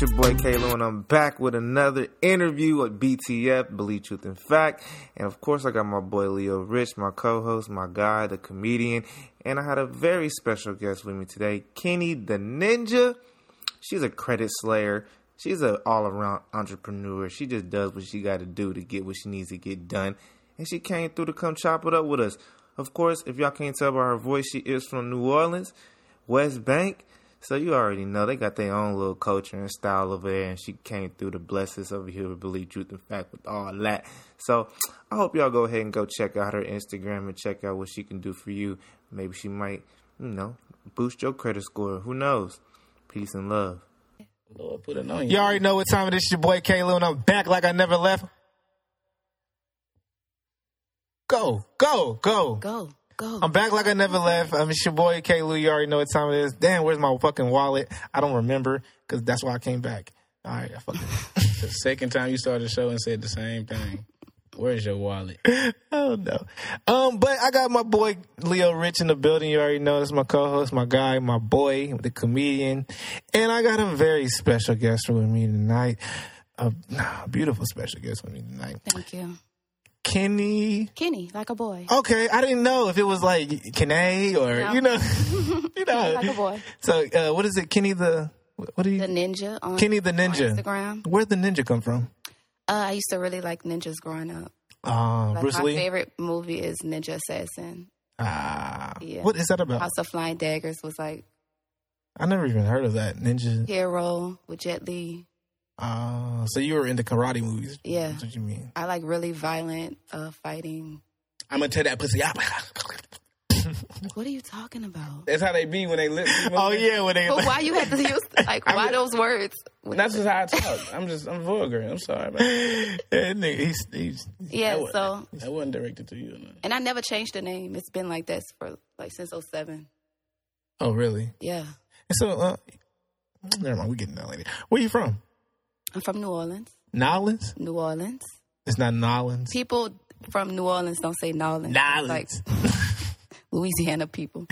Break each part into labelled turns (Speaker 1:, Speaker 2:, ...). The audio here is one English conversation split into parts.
Speaker 1: Kalo, and I'm back with another interview at BTF, Believe Truth and Fact. And of course, I got my boy Leo Rich, my co host, my guy, the comedian. And I had a very special guest with me today, Kenny the Ninja. She's a credit slayer. She's an all around entrepreneur. She just does what she got to do to get what she needs to get done. And she came through to come chop it up with us. Of course, if y'all can't tell by her voice, she is from New Orleans, West Bank. So you already know they got their own little culture and style over there, and she came through to bless us over here with Believe Truth and Fact with all that. So I hope y'all go ahead and go check out her Instagram and check out what she can do for you. Maybe she might, you know, boost your credit score. Who knows? Peace and love.
Speaker 2: Lord, put it on
Speaker 3: You already know what time it is. Your boy Kalo, and I'm back like I never left. Go, go, go.
Speaker 4: Go, go.
Speaker 3: I'm back like I never left. Um, it's your boy Kalo. You already know what time it is. Damn, where's my fucking wallet? I don't remember because that's why I came back. All right, I fucking.
Speaker 2: The second time you started the show and said the same thing. Where's your wallet?
Speaker 3: Oh no. Um, but I got my boy Leo Rich in the building. You already know that's my co-host, my guy, my boy, the comedian, and I got a very special guest with me tonight. A beautiful special guest with me tonight,
Speaker 4: Thank you.
Speaker 3: Kenny.
Speaker 4: Kenny, like a boy.
Speaker 3: Okay, I didn't know if it was like Kenny or
Speaker 4: No.
Speaker 3: you know, you know.
Speaker 4: Like a boy.
Speaker 3: So uh, what is it, Kenny the? What do you?
Speaker 4: The ninja on
Speaker 3: Kenny the
Speaker 4: on
Speaker 3: Ninja.
Speaker 4: Instagram.
Speaker 3: Where'd the ninja come from?
Speaker 4: Uh, I used to really like ninjas growing up.
Speaker 3: Uh,
Speaker 4: Like
Speaker 3: Bruce
Speaker 4: my
Speaker 3: Lee.
Speaker 4: favorite movie is Ninja Assassin.
Speaker 3: Ah,
Speaker 4: Yeah.
Speaker 3: what is that about?
Speaker 4: House of Flying Daggers was like
Speaker 3: I never even heard of that ninja.
Speaker 4: Hero with Jet Li.
Speaker 2: Uh,
Speaker 3: Oh, so you were into karate movies?
Speaker 4: Yeah.
Speaker 3: That's what you mean.
Speaker 4: I like really violent uh, fighting.
Speaker 2: I'm gonna tell that pussy out.
Speaker 4: What are you talking about?
Speaker 2: That's how they be when they lip.
Speaker 3: Oh yeah, when they
Speaker 4: But why you had to use like why those words?
Speaker 2: That's just how I talk. I'm just I'm vulgar. I'm sorry, man.
Speaker 3: that nigga, he's, he's
Speaker 4: yeah, so
Speaker 2: I wasn't directed to you. or nothing.
Speaker 4: and I never changed the name. It's been like this for like since 07.
Speaker 3: oh really?
Speaker 4: Yeah.
Speaker 3: And so, uh, never mind. We getting that later. Where you from?
Speaker 4: I'm from New Orleans.
Speaker 3: Nolens?
Speaker 4: New Orleans.
Speaker 3: It's not Nolens.
Speaker 4: People from New Orleans don't say Nolans. It's Like
Speaker 3: Nolens.
Speaker 4: Louisiana people.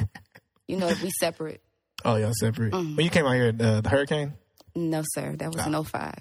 Speaker 4: You know, we separate.
Speaker 3: Oh, y'all separate.
Speaker 4: Mm-hmm.
Speaker 3: When you came out here, uh, the hurricane.
Speaker 4: No, sir. That was in 05.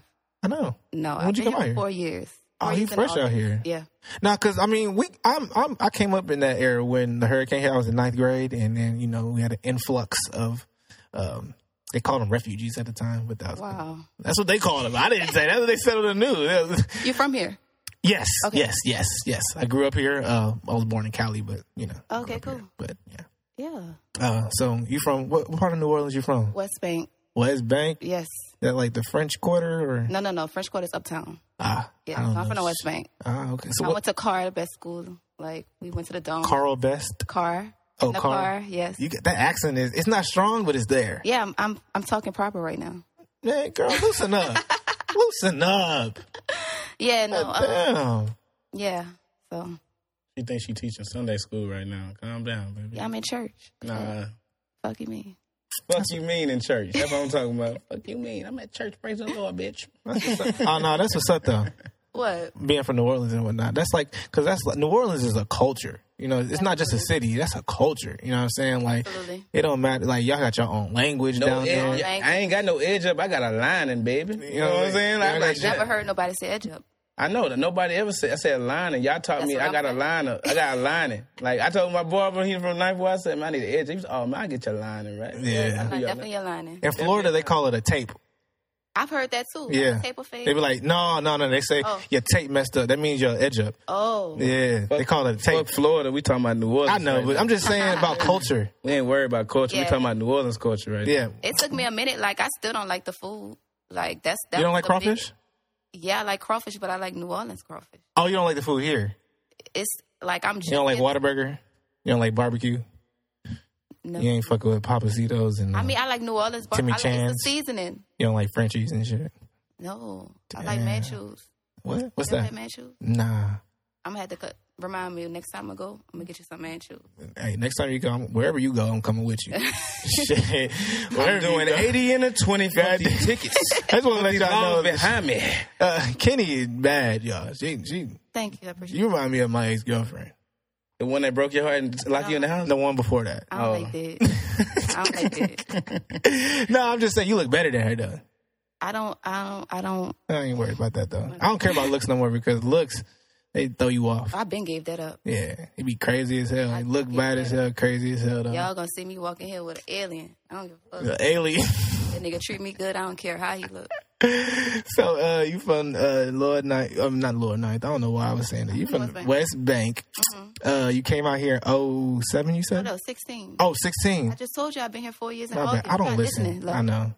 Speaker 3: I know.
Speaker 4: No,
Speaker 3: When'd
Speaker 4: I've
Speaker 3: you
Speaker 4: been
Speaker 3: come
Speaker 4: here
Speaker 3: out
Speaker 4: four years.
Speaker 3: Oh,
Speaker 4: Four
Speaker 3: you
Speaker 4: years in
Speaker 3: fresh out
Speaker 4: August.
Speaker 3: here.
Speaker 4: Yeah.
Speaker 3: No, because I mean, we I'm, I'm I came up in that era when the hurricane hit. I was in ninth grade, and then you know we had an influx of, um, they called them refugees at the time, but that was,
Speaker 4: Wow.
Speaker 3: that's what they called them. I didn't say that's what they said on the news.
Speaker 4: You from here?
Speaker 3: yes,
Speaker 4: Okay.
Speaker 3: yes, yes, yes. I grew up here. Uh, I was born in Cali, but you know. I
Speaker 4: Okay,
Speaker 3: grew up here.
Speaker 4: cool.
Speaker 3: But yeah.
Speaker 4: Yeah.
Speaker 3: Uh, so you from what, what part of New Orleans? You from
Speaker 4: West Bank.
Speaker 3: West Bank?
Speaker 4: Yes.
Speaker 3: That like the French Quarter or
Speaker 4: No, no, no. French Quarter's uptown.
Speaker 3: ah?
Speaker 4: Yeah.
Speaker 3: I don't
Speaker 4: so I'm
Speaker 3: know.
Speaker 4: from the West Bank.
Speaker 3: Ah, okay. So
Speaker 4: I
Speaker 3: what?
Speaker 4: went to Carr, best school. Like, we went to the Dome.
Speaker 3: Carl Best.
Speaker 4: Carr.
Speaker 3: Oh,
Speaker 4: the
Speaker 3: Carl.
Speaker 4: Carr, yes.
Speaker 3: You get that accent is it's not strong, but it's there.
Speaker 4: yeah, I'm, I'm I'm talking proper right now.
Speaker 3: Man, girl, loosen up. loosen up.
Speaker 4: Yeah, no, uh,
Speaker 3: Damn.
Speaker 4: yeah. So
Speaker 2: She thinks she teaching Sunday school right now. Calm down, baby.
Speaker 4: yeah, I'm in church.
Speaker 2: Nah.
Speaker 4: Fuck you, mean.
Speaker 2: Fuck you mean in church. That's what I'm talking about. Fuck you mean. I'm at church. Praise the Lord, bitch.
Speaker 3: oh no, that's what's up though.
Speaker 4: What?
Speaker 3: Being from New Orleans and whatnot, that's like because that's like, New Orleans is a culture. You know, it's not just a city. That's a culture. You know what I'm saying? Like,
Speaker 4: Absolutely.
Speaker 3: it don't matter. Like, y'all got your own language
Speaker 2: No
Speaker 3: down there.
Speaker 2: edge. I ain't got no edge up. I got a lining, baby. You know what I'm saying? I'm like,
Speaker 4: Never heard nobody say edge up.
Speaker 2: I know that nobody ever said. I said lining. Y'all taught
Speaker 4: That's
Speaker 2: me.
Speaker 4: what
Speaker 2: I
Speaker 4: I'm
Speaker 2: got a
Speaker 4: saying.
Speaker 2: liner. I got a lining. Like I told my boy when he was from ninth, boy, I said, "Man, I need an edge." He was, "Oh man, I get your lining right."
Speaker 3: Yeah.
Speaker 4: I'm
Speaker 2: Yeah.
Speaker 4: definitely aligning.
Speaker 3: In Florida, they call it a tape.
Speaker 4: I've heard that too.
Speaker 3: Yeah.
Speaker 4: Like, tape of
Speaker 3: They
Speaker 4: fade.
Speaker 3: be like, no, no, no. They say
Speaker 4: Oh.
Speaker 3: your tape messed up. That means your edge up.
Speaker 4: oh,
Speaker 3: Yeah, they call it a tape.
Speaker 2: Fuck Florida. We talking about New Orleans.
Speaker 3: I know,
Speaker 2: right
Speaker 3: but
Speaker 2: now.
Speaker 3: I'm just saying about culture.
Speaker 2: we ain't worried about culture. We
Speaker 4: Yeah.
Speaker 2: talking about New Orleans culture right
Speaker 3: Yeah.
Speaker 2: now.
Speaker 4: it took me a minute. Like I still don't like the food. Like that's that
Speaker 3: You don't
Speaker 4: was
Speaker 3: like
Speaker 4: the big-
Speaker 3: crawfish?
Speaker 4: yeah, I like crawfish, but I like New Orleans crawfish.
Speaker 3: Oh, you don't like the food here.
Speaker 4: It's like I'm.
Speaker 3: You don't like Whataburger? You don't like barbecue?
Speaker 4: No.
Speaker 3: You ain't fucking with Papacitos and uh,
Speaker 4: I mean, I like New Orleans. Bar-
Speaker 3: Timmy
Speaker 4: I like it's the
Speaker 3: Chan's.
Speaker 4: seasoning.
Speaker 3: you don't like Frenchies and shit.
Speaker 4: No, I like man shoes.
Speaker 3: What? What's
Speaker 4: You
Speaker 3: that?
Speaker 4: like man shoes?
Speaker 3: Nah.
Speaker 4: I'm gonna have to cut. Remind me next time I go. I'm gonna get you some man shoes.
Speaker 3: Hey, next time you go, I'm- wherever you go, I'm coming with you. shit.
Speaker 2: I'm
Speaker 3: Wherever you
Speaker 2: doing
Speaker 3: go.
Speaker 2: 80 and a 20 for
Speaker 3: Goddamn.
Speaker 2: these tickets.
Speaker 3: I just want to let
Speaker 2: These
Speaker 3: y'all know
Speaker 2: loans
Speaker 3: that
Speaker 2: behind me.
Speaker 3: uh, Kenny is bad, y'all. She, she,
Speaker 4: Thank you. I appreciate. it.
Speaker 3: you remind me of my ex girlfriend,
Speaker 2: The one that broke your heart and locked you in the house.
Speaker 3: the one before that. Oh.
Speaker 4: I don't like that. I don't like that.
Speaker 3: no, I'm just saying you look better than her, though.
Speaker 4: I don't. I don't. I don't.
Speaker 3: I ain't worried about that though. I don't care about looks no more because looks they throw you off.
Speaker 4: I've been gave that up.
Speaker 3: Yeah, it be crazy as hell. It look
Speaker 4: get
Speaker 3: bad
Speaker 4: that.
Speaker 3: as hell. Crazy as hell though.
Speaker 4: Y'all gonna see me walking here with an alien. I don't give a fuck.
Speaker 3: The alien.
Speaker 4: That nigga treat me good. I don't care how he look.
Speaker 3: so uh, you from uh, Lord Ninth? Um, not Lord Ninth. I don't know why I was saying that. You from
Speaker 4: West
Speaker 3: West
Speaker 4: Bank. Mm-hmm.
Speaker 3: Bank? Uh, you came out here in 07, You said?
Speaker 4: No, sixteen.
Speaker 3: Oh, 16.
Speaker 4: I just told you I've been here four years in
Speaker 3: My
Speaker 4: August.
Speaker 3: bad. I
Speaker 4: You're
Speaker 3: don't
Speaker 4: not
Speaker 3: listen.
Speaker 4: listening, love.
Speaker 3: I know.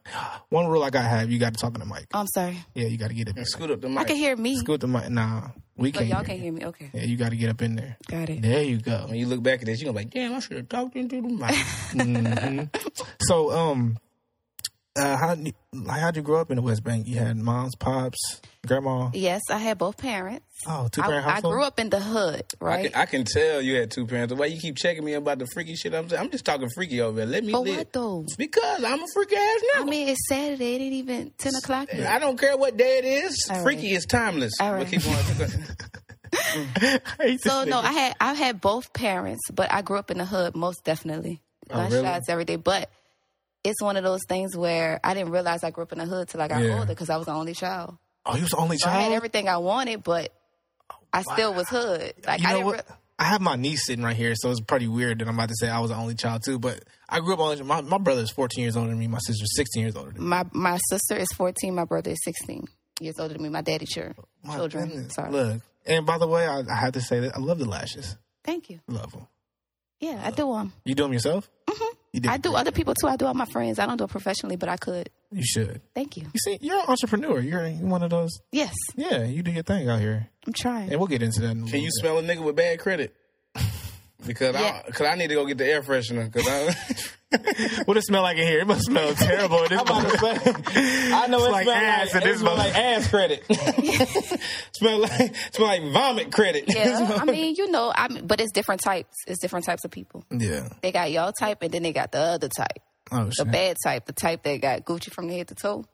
Speaker 3: One rule I gotta have: you gotta talk in the mic.
Speaker 4: Oh, I'm sorry.
Speaker 3: Yeah, you gotta get it.
Speaker 2: Scoot up the
Speaker 4: I
Speaker 2: mic.
Speaker 4: can hear me.
Speaker 3: Scoot the mic. Nah, we
Speaker 4: Look,
Speaker 3: can't.
Speaker 4: y'all
Speaker 3: hear
Speaker 4: can't
Speaker 3: you.
Speaker 4: hear me. Okay,
Speaker 3: Yeah, you gotta get up in there.
Speaker 4: got it.
Speaker 3: There you go.
Speaker 2: When you look back at this, you're gonna be like, damn, I should have talked into the mic.
Speaker 3: So, um, uh, how did you- how'd you grow up in the West Bank? You had moms, pops, grandma.
Speaker 4: Yes, I had both parents.
Speaker 3: Oh, two
Speaker 4: I,
Speaker 3: parent
Speaker 4: I
Speaker 3: household.
Speaker 4: grew up in the hood,
Speaker 2: I,
Speaker 4: right?
Speaker 2: can, I can tell you had two parents. The way you keep checking me about the freaky shit I'm saying, I'm just talking freaky over here. Let me
Speaker 4: but
Speaker 2: live.
Speaker 4: what though?
Speaker 2: Because I'm a freaky ass
Speaker 4: I
Speaker 2: nigga.
Speaker 4: mean, it's Saturday. It ain't even ten o'clock yet.
Speaker 2: I don't care what day it is.
Speaker 4: All right.
Speaker 2: freaky is timeless.
Speaker 4: All
Speaker 2: But
Speaker 4: right.
Speaker 2: keep going.
Speaker 3: I hate this
Speaker 4: So no,
Speaker 3: nigga.
Speaker 4: I had I had both parents, but I grew up in the hood most definitely.
Speaker 3: Oh,
Speaker 4: Gunshots
Speaker 3: really?
Speaker 4: every day, but it's one of those things where I didn't realize I grew up in the hood till I got
Speaker 3: Yeah.
Speaker 4: older because I was the only child.
Speaker 3: oh, you was the only
Speaker 4: So I had
Speaker 3: child.
Speaker 4: everything I wanted, but I still was hood. Like
Speaker 3: you
Speaker 4: I
Speaker 3: know
Speaker 4: didn't.
Speaker 3: what?
Speaker 4: Re-
Speaker 3: I have my niece sitting right here, so it's pretty weird that I'm about to say I was the only child too. But I grew up only. My my brother is 14 years older than me. My sister's 16 years older than me.
Speaker 4: my my sister is fourteen. My brother is sixteen years older than me. My daddy sure
Speaker 3: Oh My
Speaker 4: children.
Speaker 3: goodness.
Speaker 4: Sorry.
Speaker 3: Look, and by the way, I, I have to say that I love the lashes.
Speaker 4: Thank you.
Speaker 3: Love them.
Speaker 4: Yeah, I do them.
Speaker 3: You do them yourself? Mm-hmm. You did
Speaker 4: I do other people too. I do all my friends. I don't do it professionally, but I could.
Speaker 3: You should.
Speaker 4: Thank you.
Speaker 3: You see, you're an entrepreneur. You're you're one of those.
Speaker 4: Yes,
Speaker 3: Yeah, you do your thing out here.
Speaker 4: I'm trying.
Speaker 3: And we'll get into that. In a
Speaker 2: Can
Speaker 3: little
Speaker 2: you smell a nigga with bad credit? Because
Speaker 4: Yeah.
Speaker 2: I, cause I need to go get the air freshener. Cause I,
Speaker 3: bit. What it smell like in here? It must smell terrible. I'm about to say. I know it's like ass. Like, it smell like ass credit.
Speaker 2: smell like smell like vomit credit.
Speaker 4: Yeah, I mean, you know, I mean, but it's different types. It's different types of people.
Speaker 3: Yeah.
Speaker 4: They got y'all type, and then they got the other type,
Speaker 3: Oh
Speaker 4: the
Speaker 3: shit.
Speaker 4: bad type, the type that got Gucci from the head to toe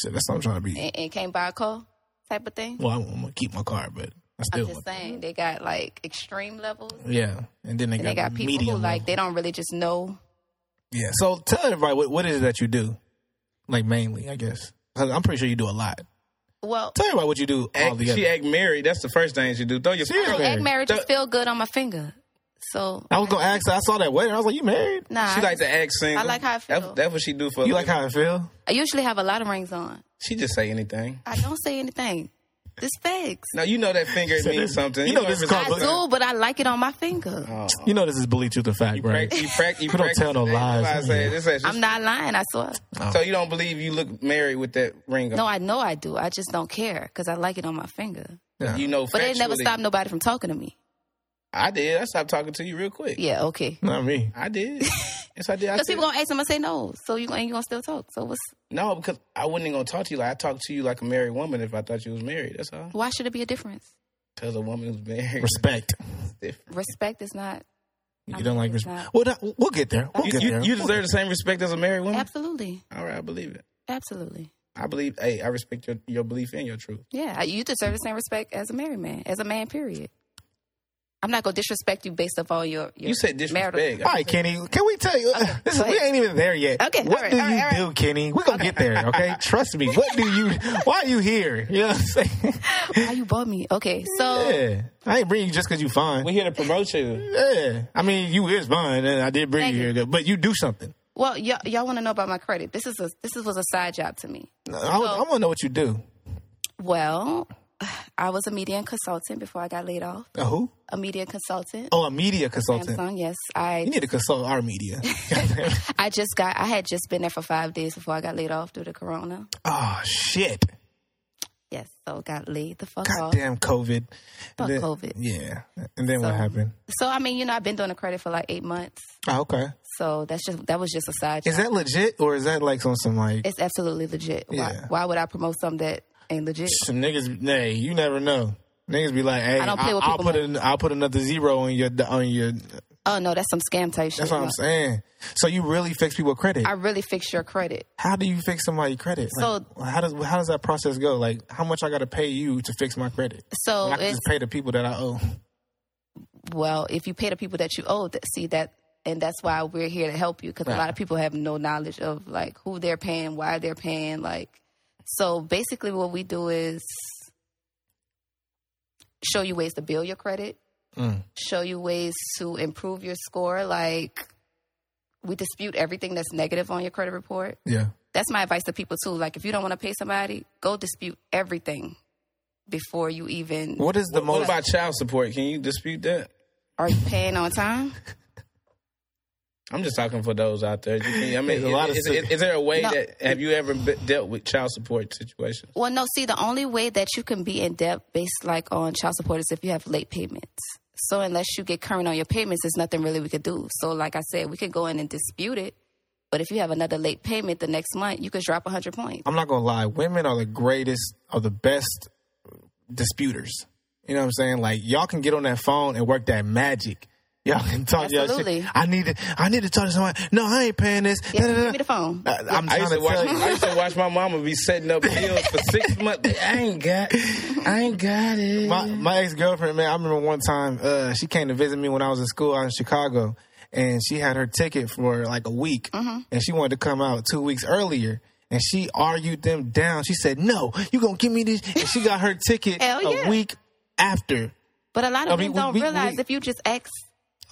Speaker 3: shit. That's what I'm trying to be.
Speaker 4: and, and can't buy a car type of thing.
Speaker 3: Well, I'm, I'm gonna keep my car, but I still.
Speaker 4: I'm
Speaker 3: want-
Speaker 4: just saying they got like extreme levels,
Speaker 3: Yeah, and then they
Speaker 4: and
Speaker 3: got,
Speaker 4: they got people
Speaker 3: medium
Speaker 4: who like
Speaker 3: level.
Speaker 4: they don't really just know.
Speaker 3: Yeah. So tell everybody what, what is it that you do, like mainly, I guess. 'Cause I'm pretty sure you do a lot.
Speaker 4: Well,
Speaker 3: Tell everybody what you do all
Speaker 2: Act, she
Speaker 3: together.
Speaker 2: act married. That's the first thing she do. Throw your
Speaker 3: Serious?
Speaker 4: like, egg marriage just
Speaker 2: Th-
Speaker 4: feel good on my finger, so
Speaker 3: I was gonna ask. I saw that wedding. I was like, you married?
Speaker 4: nah.
Speaker 2: She
Speaker 4: I
Speaker 2: like to act single.
Speaker 4: I like how I feel.
Speaker 2: That's, that's what she do for. a
Speaker 3: You like
Speaker 2: living.
Speaker 3: how I feel?
Speaker 4: I usually have a lot of rings on.
Speaker 2: she just say anything.
Speaker 4: I don't say anything. This facts.
Speaker 2: Now you know that finger it means something.
Speaker 3: You know this
Speaker 2: if
Speaker 3: is
Speaker 2: it's-
Speaker 4: I
Speaker 3: called-
Speaker 4: do, but I like it on my finger.
Speaker 2: Oh,
Speaker 3: You know this is believe truth or fact,
Speaker 2: You
Speaker 3: right?
Speaker 2: prac- you prac- you
Speaker 3: We don't
Speaker 2: practice
Speaker 3: tell no
Speaker 2: that.
Speaker 3: lies
Speaker 2: That's why I
Speaker 3: in
Speaker 2: say
Speaker 3: here.
Speaker 2: this ain't-
Speaker 4: I'm not lying. I swear.
Speaker 2: So you don't believe you look married with that ring on?
Speaker 4: No, I know I do. I just don't care because I like it on my finger.
Speaker 3: Yeah.
Speaker 2: You know,
Speaker 4: But it never
Speaker 2: factually-
Speaker 4: stopped nobody from talking to me.
Speaker 2: I did. I stopped talking to you real quick.
Speaker 4: Yeah, okay.
Speaker 3: Not me.
Speaker 2: I did. yes, I did. I
Speaker 4: Because
Speaker 2: said-
Speaker 4: people gonna ask them, I say no. So you and you gonna still talk. So what's
Speaker 2: no, because I wasn't even gonna talk to you. Like I talked to you like a married woman if I thought you was married. That's all.
Speaker 4: why should it be a difference?
Speaker 2: Because a woman who's married.
Speaker 3: Respect.
Speaker 2: is different.
Speaker 4: Respect is not
Speaker 3: You
Speaker 4: I'm
Speaker 3: don't like
Speaker 4: not-
Speaker 3: respect. Well, that, we'll get there. We'll
Speaker 2: You,
Speaker 3: get
Speaker 2: you-
Speaker 3: there.
Speaker 2: you deserve the same respect as a married woman.
Speaker 4: absolutely,
Speaker 2: All right, I believe it.
Speaker 4: absolutely.
Speaker 2: I believe. Hey, I respect your, your belief and your truth.
Speaker 4: Yeah, I- you deserve the same respect as a married man, as a man. Period. I'm not gonna disrespect you based off all your. your
Speaker 2: You said disrespect.
Speaker 4: marital-
Speaker 3: All right, Kenny. Can we tell you?
Speaker 4: Okay,
Speaker 3: Listen,
Speaker 4: go
Speaker 3: we
Speaker 4: ahead.
Speaker 3: ain't even there yet.
Speaker 4: Okay,
Speaker 3: What
Speaker 4: all right,
Speaker 3: do
Speaker 4: all right,
Speaker 3: you
Speaker 4: all
Speaker 3: do, Kenny? We're gonna get there. Okay. Trust me. What do you? Why are you here? You know what I'm saying?
Speaker 4: Why you bought me? Okay, so
Speaker 3: Yeah. I ain't bring you just because you fine.
Speaker 2: We're here to promote you.
Speaker 3: Yeah. I mean, you is fine, and I did bring
Speaker 4: Thank
Speaker 3: you here, but you do something.
Speaker 4: well, y'all, y'all want to know about my credit? This is a this is, was a side job to me.
Speaker 3: I, want to know what you do.
Speaker 4: Well, I was a media consultant before I got laid off.
Speaker 3: A who?
Speaker 4: A media consultant.
Speaker 3: Oh, a media consultant.
Speaker 4: Samsung, yes.
Speaker 3: You
Speaker 4: I
Speaker 3: need to consult our media.
Speaker 4: I just got I had just been there for five days before I got laid off due to corona.
Speaker 3: oh shit.
Speaker 4: Yes, so got laid the fuck off.
Speaker 3: Goddamn COVID.
Speaker 4: Fuck
Speaker 3: And then-
Speaker 4: COVID.
Speaker 3: Yeah. And then what
Speaker 4: So-
Speaker 3: happened?
Speaker 4: So I mean, you know, I've been doing the credit for like eight months.
Speaker 3: Oh, okay.
Speaker 4: So that's just that was just a side.
Speaker 3: Is
Speaker 4: job.
Speaker 3: that legit or is that like some some like
Speaker 4: it's absolutely legit.
Speaker 3: Yeah.
Speaker 4: Why, why would I promote something that ain't legit?
Speaker 3: some niggas? Nay, you never know. Niggas be like, hey, I
Speaker 4: I don't play with
Speaker 3: will
Speaker 4: people
Speaker 3: put
Speaker 4: like-
Speaker 3: an, I'll put another zero on your on your.
Speaker 4: Oh no, that's some scam type shit.
Speaker 3: That's what
Speaker 4: No.
Speaker 3: I'm saying. So you really fix people credit.
Speaker 4: I really fixed your credit.
Speaker 3: how do you fix somebody credit? Like, how does how does that process go? Like how much I got to pay you to fix my credit?
Speaker 4: So
Speaker 3: I can
Speaker 4: it's
Speaker 3: just pay the people that I owe.
Speaker 4: well, if you pay the people that you owe, that, see that, and that's why we're here to help you because a lot of people have no knowledge of like who they're paying, why they're paying, like So basically, what we do is show you ways to build your credit,
Speaker 3: Mm.
Speaker 4: show you ways to improve your score. Like, we dispute everything that's negative on your credit report.
Speaker 3: Yeah.
Speaker 4: That's my advice to people, too. Like, if you don't want to pay somebody, go dispute everything before you even
Speaker 3: What is the
Speaker 2: What
Speaker 3: most?
Speaker 2: about child support? Can you dispute that?
Speaker 4: are you paying on time.
Speaker 2: I'm just talking for those out there. You can- I mean,
Speaker 3: There's a lot of
Speaker 2: is,
Speaker 3: si-
Speaker 2: is- is there a way
Speaker 4: No.
Speaker 2: that have you ever be- dealt with child support situations?
Speaker 4: Well, no, see, the only way that you can be in debt based like on child support is if you have late payments. So unless you get current on your payments, there's nothing really we could do. So like I said, we could go in and dispute it. But if you have another late payment the next month, you could drop 100 points.
Speaker 3: I'm not gonna lie. Women are the greatest, are the best disputers. You know what I'm saying? Like y'all can get on that phone and work that magic. Y'all can talk to y'all shit.
Speaker 4: Absolutely.
Speaker 3: I need to. I need to talk to somebody. No, I ain't paying this. Da,
Speaker 4: Yeah,
Speaker 3: da, da.
Speaker 4: give me the phone.
Speaker 3: I, I'm
Speaker 2: I
Speaker 3: trying
Speaker 2: used, to
Speaker 3: to
Speaker 2: watch,
Speaker 3: tell you.
Speaker 2: I used to watch my mama be setting up bills for six months. I ain't got, I ain't got it.
Speaker 3: my my ex girlfriend, man, I remember one time uh, she came to visit me when I was in school out in Chicago, and she had her ticket for like a week,
Speaker 4: Mm-hmm.
Speaker 3: and she wanted to come out two weeks earlier. And she argued them down. She said, "No, you gonna give me this." And she got her ticket
Speaker 4: Hell
Speaker 3: a
Speaker 4: yeah.
Speaker 3: week after.
Speaker 4: But a lot
Speaker 3: I
Speaker 4: of
Speaker 3: mean,
Speaker 4: people don't
Speaker 3: we- we-
Speaker 4: realize
Speaker 3: we-
Speaker 4: if you just ask,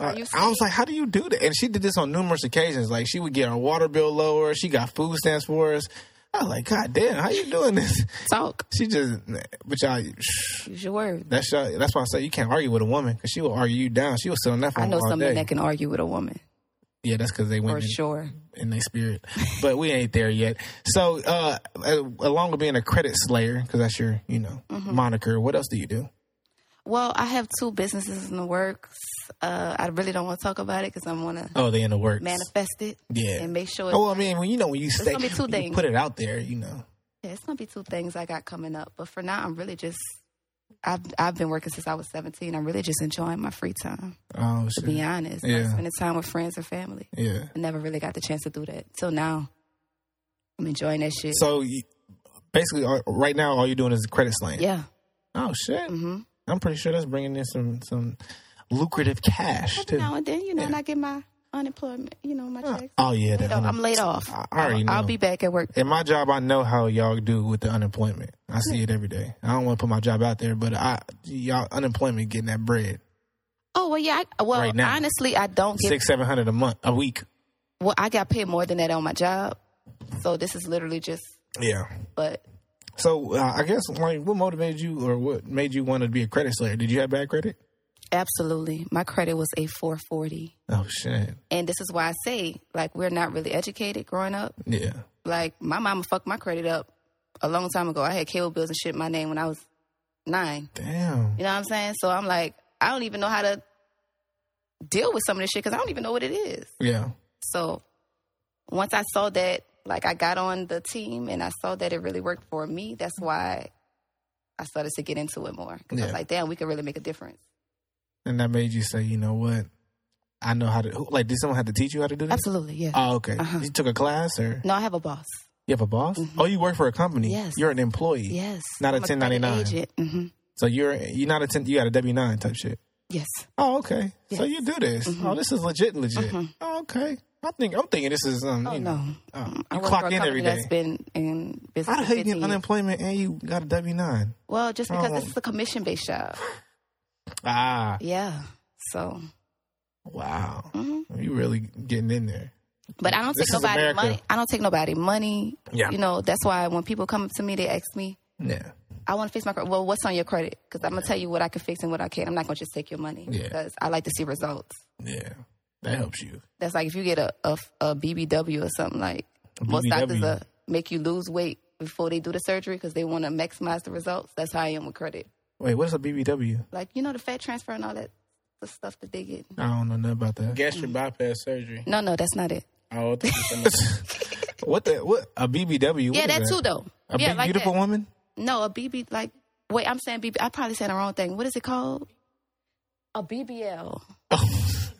Speaker 3: I
Speaker 4: are you
Speaker 3: I was like, "How do you do that?" And she did this on numerous occasions. Like she would get her water bill lower. She got food stamps for us. I was like, "God damn, how you doing this?"
Speaker 4: talk.
Speaker 3: She just, but y'all,
Speaker 4: Use your word.
Speaker 3: That's why, that's why I say you can't argue with a woman because she will argue you down. She was still on that phone
Speaker 4: I know
Speaker 3: all
Speaker 4: some
Speaker 3: day.
Speaker 4: men that can argue with a woman
Speaker 3: yeah, that's because they
Speaker 4: for
Speaker 3: went in,
Speaker 4: sure.
Speaker 3: in their spirit, but we ain't there yet. So, uh, uh, along with being a credit slayer, because that's your you know
Speaker 2: Mm-hmm.
Speaker 3: moniker. What else do you do?
Speaker 4: Well, I have two businesses in the works. Uh, I really don't want to talk about it because I want to
Speaker 3: Oh, they in the works.
Speaker 4: manifest it
Speaker 3: Yeah.
Speaker 4: and make sure it's
Speaker 3: oh, well, I mean, when you know when you say
Speaker 4: gonna be two
Speaker 3: when you
Speaker 4: things.
Speaker 3: put it out there, you know.
Speaker 4: Yeah, it's gonna be two things I got coming up, but for now, I'm really just. I've I've been working since I was 17. I'm really just enjoying my free time.
Speaker 3: Oh,
Speaker 4: To
Speaker 3: shit.
Speaker 4: be honest, Like,
Speaker 3: Yeah.
Speaker 4: spending time with friends and family.
Speaker 3: yeah.
Speaker 4: I never really got the chance to do that till now. I'm enjoying that shit.
Speaker 3: So, you, basically, uh, right now, all you're doing is credit slaying.
Speaker 4: yeah,
Speaker 3: Oh shit!
Speaker 4: mm-hmm.
Speaker 3: I'm pretty sure that's bringing in some some lucrative cash too.
Speaker 4: now and then, you know,
Speaker 3: Yeah.
Speaker 4: and I get my unemployment, you know, my checks.
Speaker 3: Oh yeah, the
Speaker 4: You know, I'm
Speaker 3: hundred-
Speaker 4: laid off.
Speaker 3: I already know.
Speaker 4: I'll be back at work.
Speaker 3: In my job, I know how y'all do with the unemployment. I see it every day. I don't want to put my job out there, but I y'all unemployment getting that bread
Speaker 4: Oh well, yeah. I, well,
Speaker 3: Right now.
Speaker 4: honestly, I don't get
Speaker 3: six seven hundred a month a week.
Speaker 4: well. I got paid more than that on my job, so this is literally just.
Speaker 3: Yeah.
Speaker 4: But
Speaker 3: So uh, I guess like what motivated you or what made you want to be a credit slayer? Did you have bad credit?
Speaker 4: absolutely, my credit was a 440.
Speaker 3: Oh shit.
Speaker 4: And this is why I say, like, we're not really educated growing up.
Speaker 3: Yeah.
Speaker 4: Like, my mama fucked my credit up a long time ago. I had cable bills and shit in my name when I was nine.
Speaker 3: Damn.
Speaker 4: You know what I'm saying? So I'm like, I don't even know how to deal with some of this shit because I don't even know what it is.
Speaker 3: Yeah.
Speaker 4: So once I saw that, like, I got on the team and I saw that it really worked for me, that's why I started to get into it more. 'Cause I
Speaker 3: Yeah.
Speaker 4: was like, damn, we could really make a difference.
Speaker 3: And that made you say, you know what? I know how to. who- Like, did someone have to teach you how to do this?
Speaker 4: Absolutely, yeah.
Speaker 3: Oh, okay.
Speaker 4: Uh-huh.
Speaker 3: You took a class or
Speaker 4: no, I have a boss.
Speaker 3: you have a boss? Oh, you work for a company.
Speaker 4: Yes.
Speaker 3: You're an employee.
Speaker 4: Yes.
Speaker 3: Not a
Speaker 4: I'm credit
Speaker 3: 1099.
Speaker 4: agent. hmm
Speaker 3: So you're you're not a ten, you got a W nine type shit.
Speaker 4: Yes.
Speaker 3: Oh, okay. So
Speaker 4: Yes.
Speaker 3: you do this. Oh, this is legit, legit. Oh, okay. I think I'm thinking this is um.
Speaker 4: Oh,
Speaker 3: you know,
Speaker 4: no.
Speaker 3: oh,
Speaker 4: I
Speaker 3: you
Speaker 4: work for
Speaker 3: clock
Speaker 4: a
Speaker 3: in
Speaker 4: company
Speaker 3: every day.
Speaker 4: That's been in business.
Speaker 3: How the
Speaker 4: for
Speaker 3: hell you
Speaker 4: 50
Speaker 3: get
Speaker 4: years.
Speaker 3: unemployment and you got a W nine?
Speaker 4: Well, just because
Speaker 3: Oh.
Speaker 4: this is a commission based job.
Speaker 3: Ah,
Speaker 4: Yeah. So,
Speaker 3: wow.
Speaker 4: mhm.
Speaker 3: You really getting in there?
Speaker 4: but I don't
Speaker 3: This
Speaker 4: take
Speaker 3: is
Speaker 4: nobody
Speaker 3: America.
Speaker 4: money. I don't take nobody money.
Speaker 3: Yeah.
Speaker 4: You know, that's why when people come up to me, they ask me,
Speaker 3: Yeah.
Speaker 4: I want to fix my credit. Well, what's on your credit? Because I'm going to tell you what I can fix and what I can't. I'm not going to just take your money
Speaker 3: Yeah.
Speaker 4: because I like to see results.
Speaker 3: Yeah. That helps you.
Speaker 4: That's like if you get a, a, a BBW or something like most doctors
Speaker 3: BBW.
Speaker 4: uh, make you lose weight before they do the surgery because they want to maximize the results. That's how I am with credit.
Speaker 3: Wait, what's a BBW?
Speaker 4: Like, you know, the fat transfer and all that the stuff that they get.
Speaker 3: I don't know nothing about that.
Speaker 2: Gastric bypass surgery.
Speaker 4: No, no, that's not it.
Speaker 2: Oh, thank you so much.
Speaker 3: What the what a BBW?
Speaker 4: yeah,
Speaker 3: What is
Speaker 4: that, too, though.
Speaker 3: A
Speaker 4: yeah,
Speaker 3: big
Speaker 4: like
Speaker 3: beautiful
Speaker 4: that.
Speaker 3: woman.
Speaker 4: No, a BB like wait, I'm saying BB. I probably said the wrong thing. What is it called? A BBL.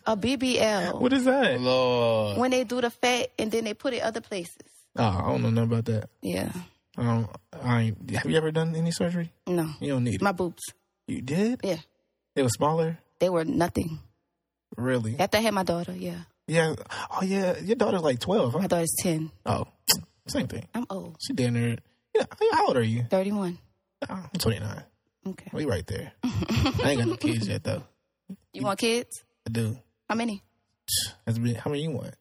Speaker 4: a BBL.
Speaker 3: What is that?
Speaker 2: Lord.
Speaker 4: when they do the fat and then they put it other places.
Speaker 3: Oh, I don't know nothing about that.
Speaker 4: Yeah.
Speaker 3: I don't. I ain't, have you ever done any surgery?
Speaker 4: No.
Speaker 3: You don't need it.
Speaker 4: My boobs.
Speaker 3: You did?
Speaker 4: Yeah.
Speaker 3: It was smaller?
Speaker 4: They were nothing.
Speaker 3: Really?
Speaker 4: After I had my daughter, yeah.
Speaker 3: Yeah. Oh, yeah. Your daughter's like 12,
Speaker 4: My
Speaker 3: huh?
Speaker 4: daughter's ten.
Speaker 3: Oh, same thing.
Speaker 4: I'm old.
Speaker 3: She damn near. You Yeah, how old are you?
Speaker 4: 31.
Speaker 3: Oh, I'm 29.
Speaker 4: Okay.
Speaker 3: We right there. I ain't got no kids yet though.
Speaker 4: You want kids?
Speaker 3: I do.
Speaker 4: How many?
Speaker 3: That's been, how many you want?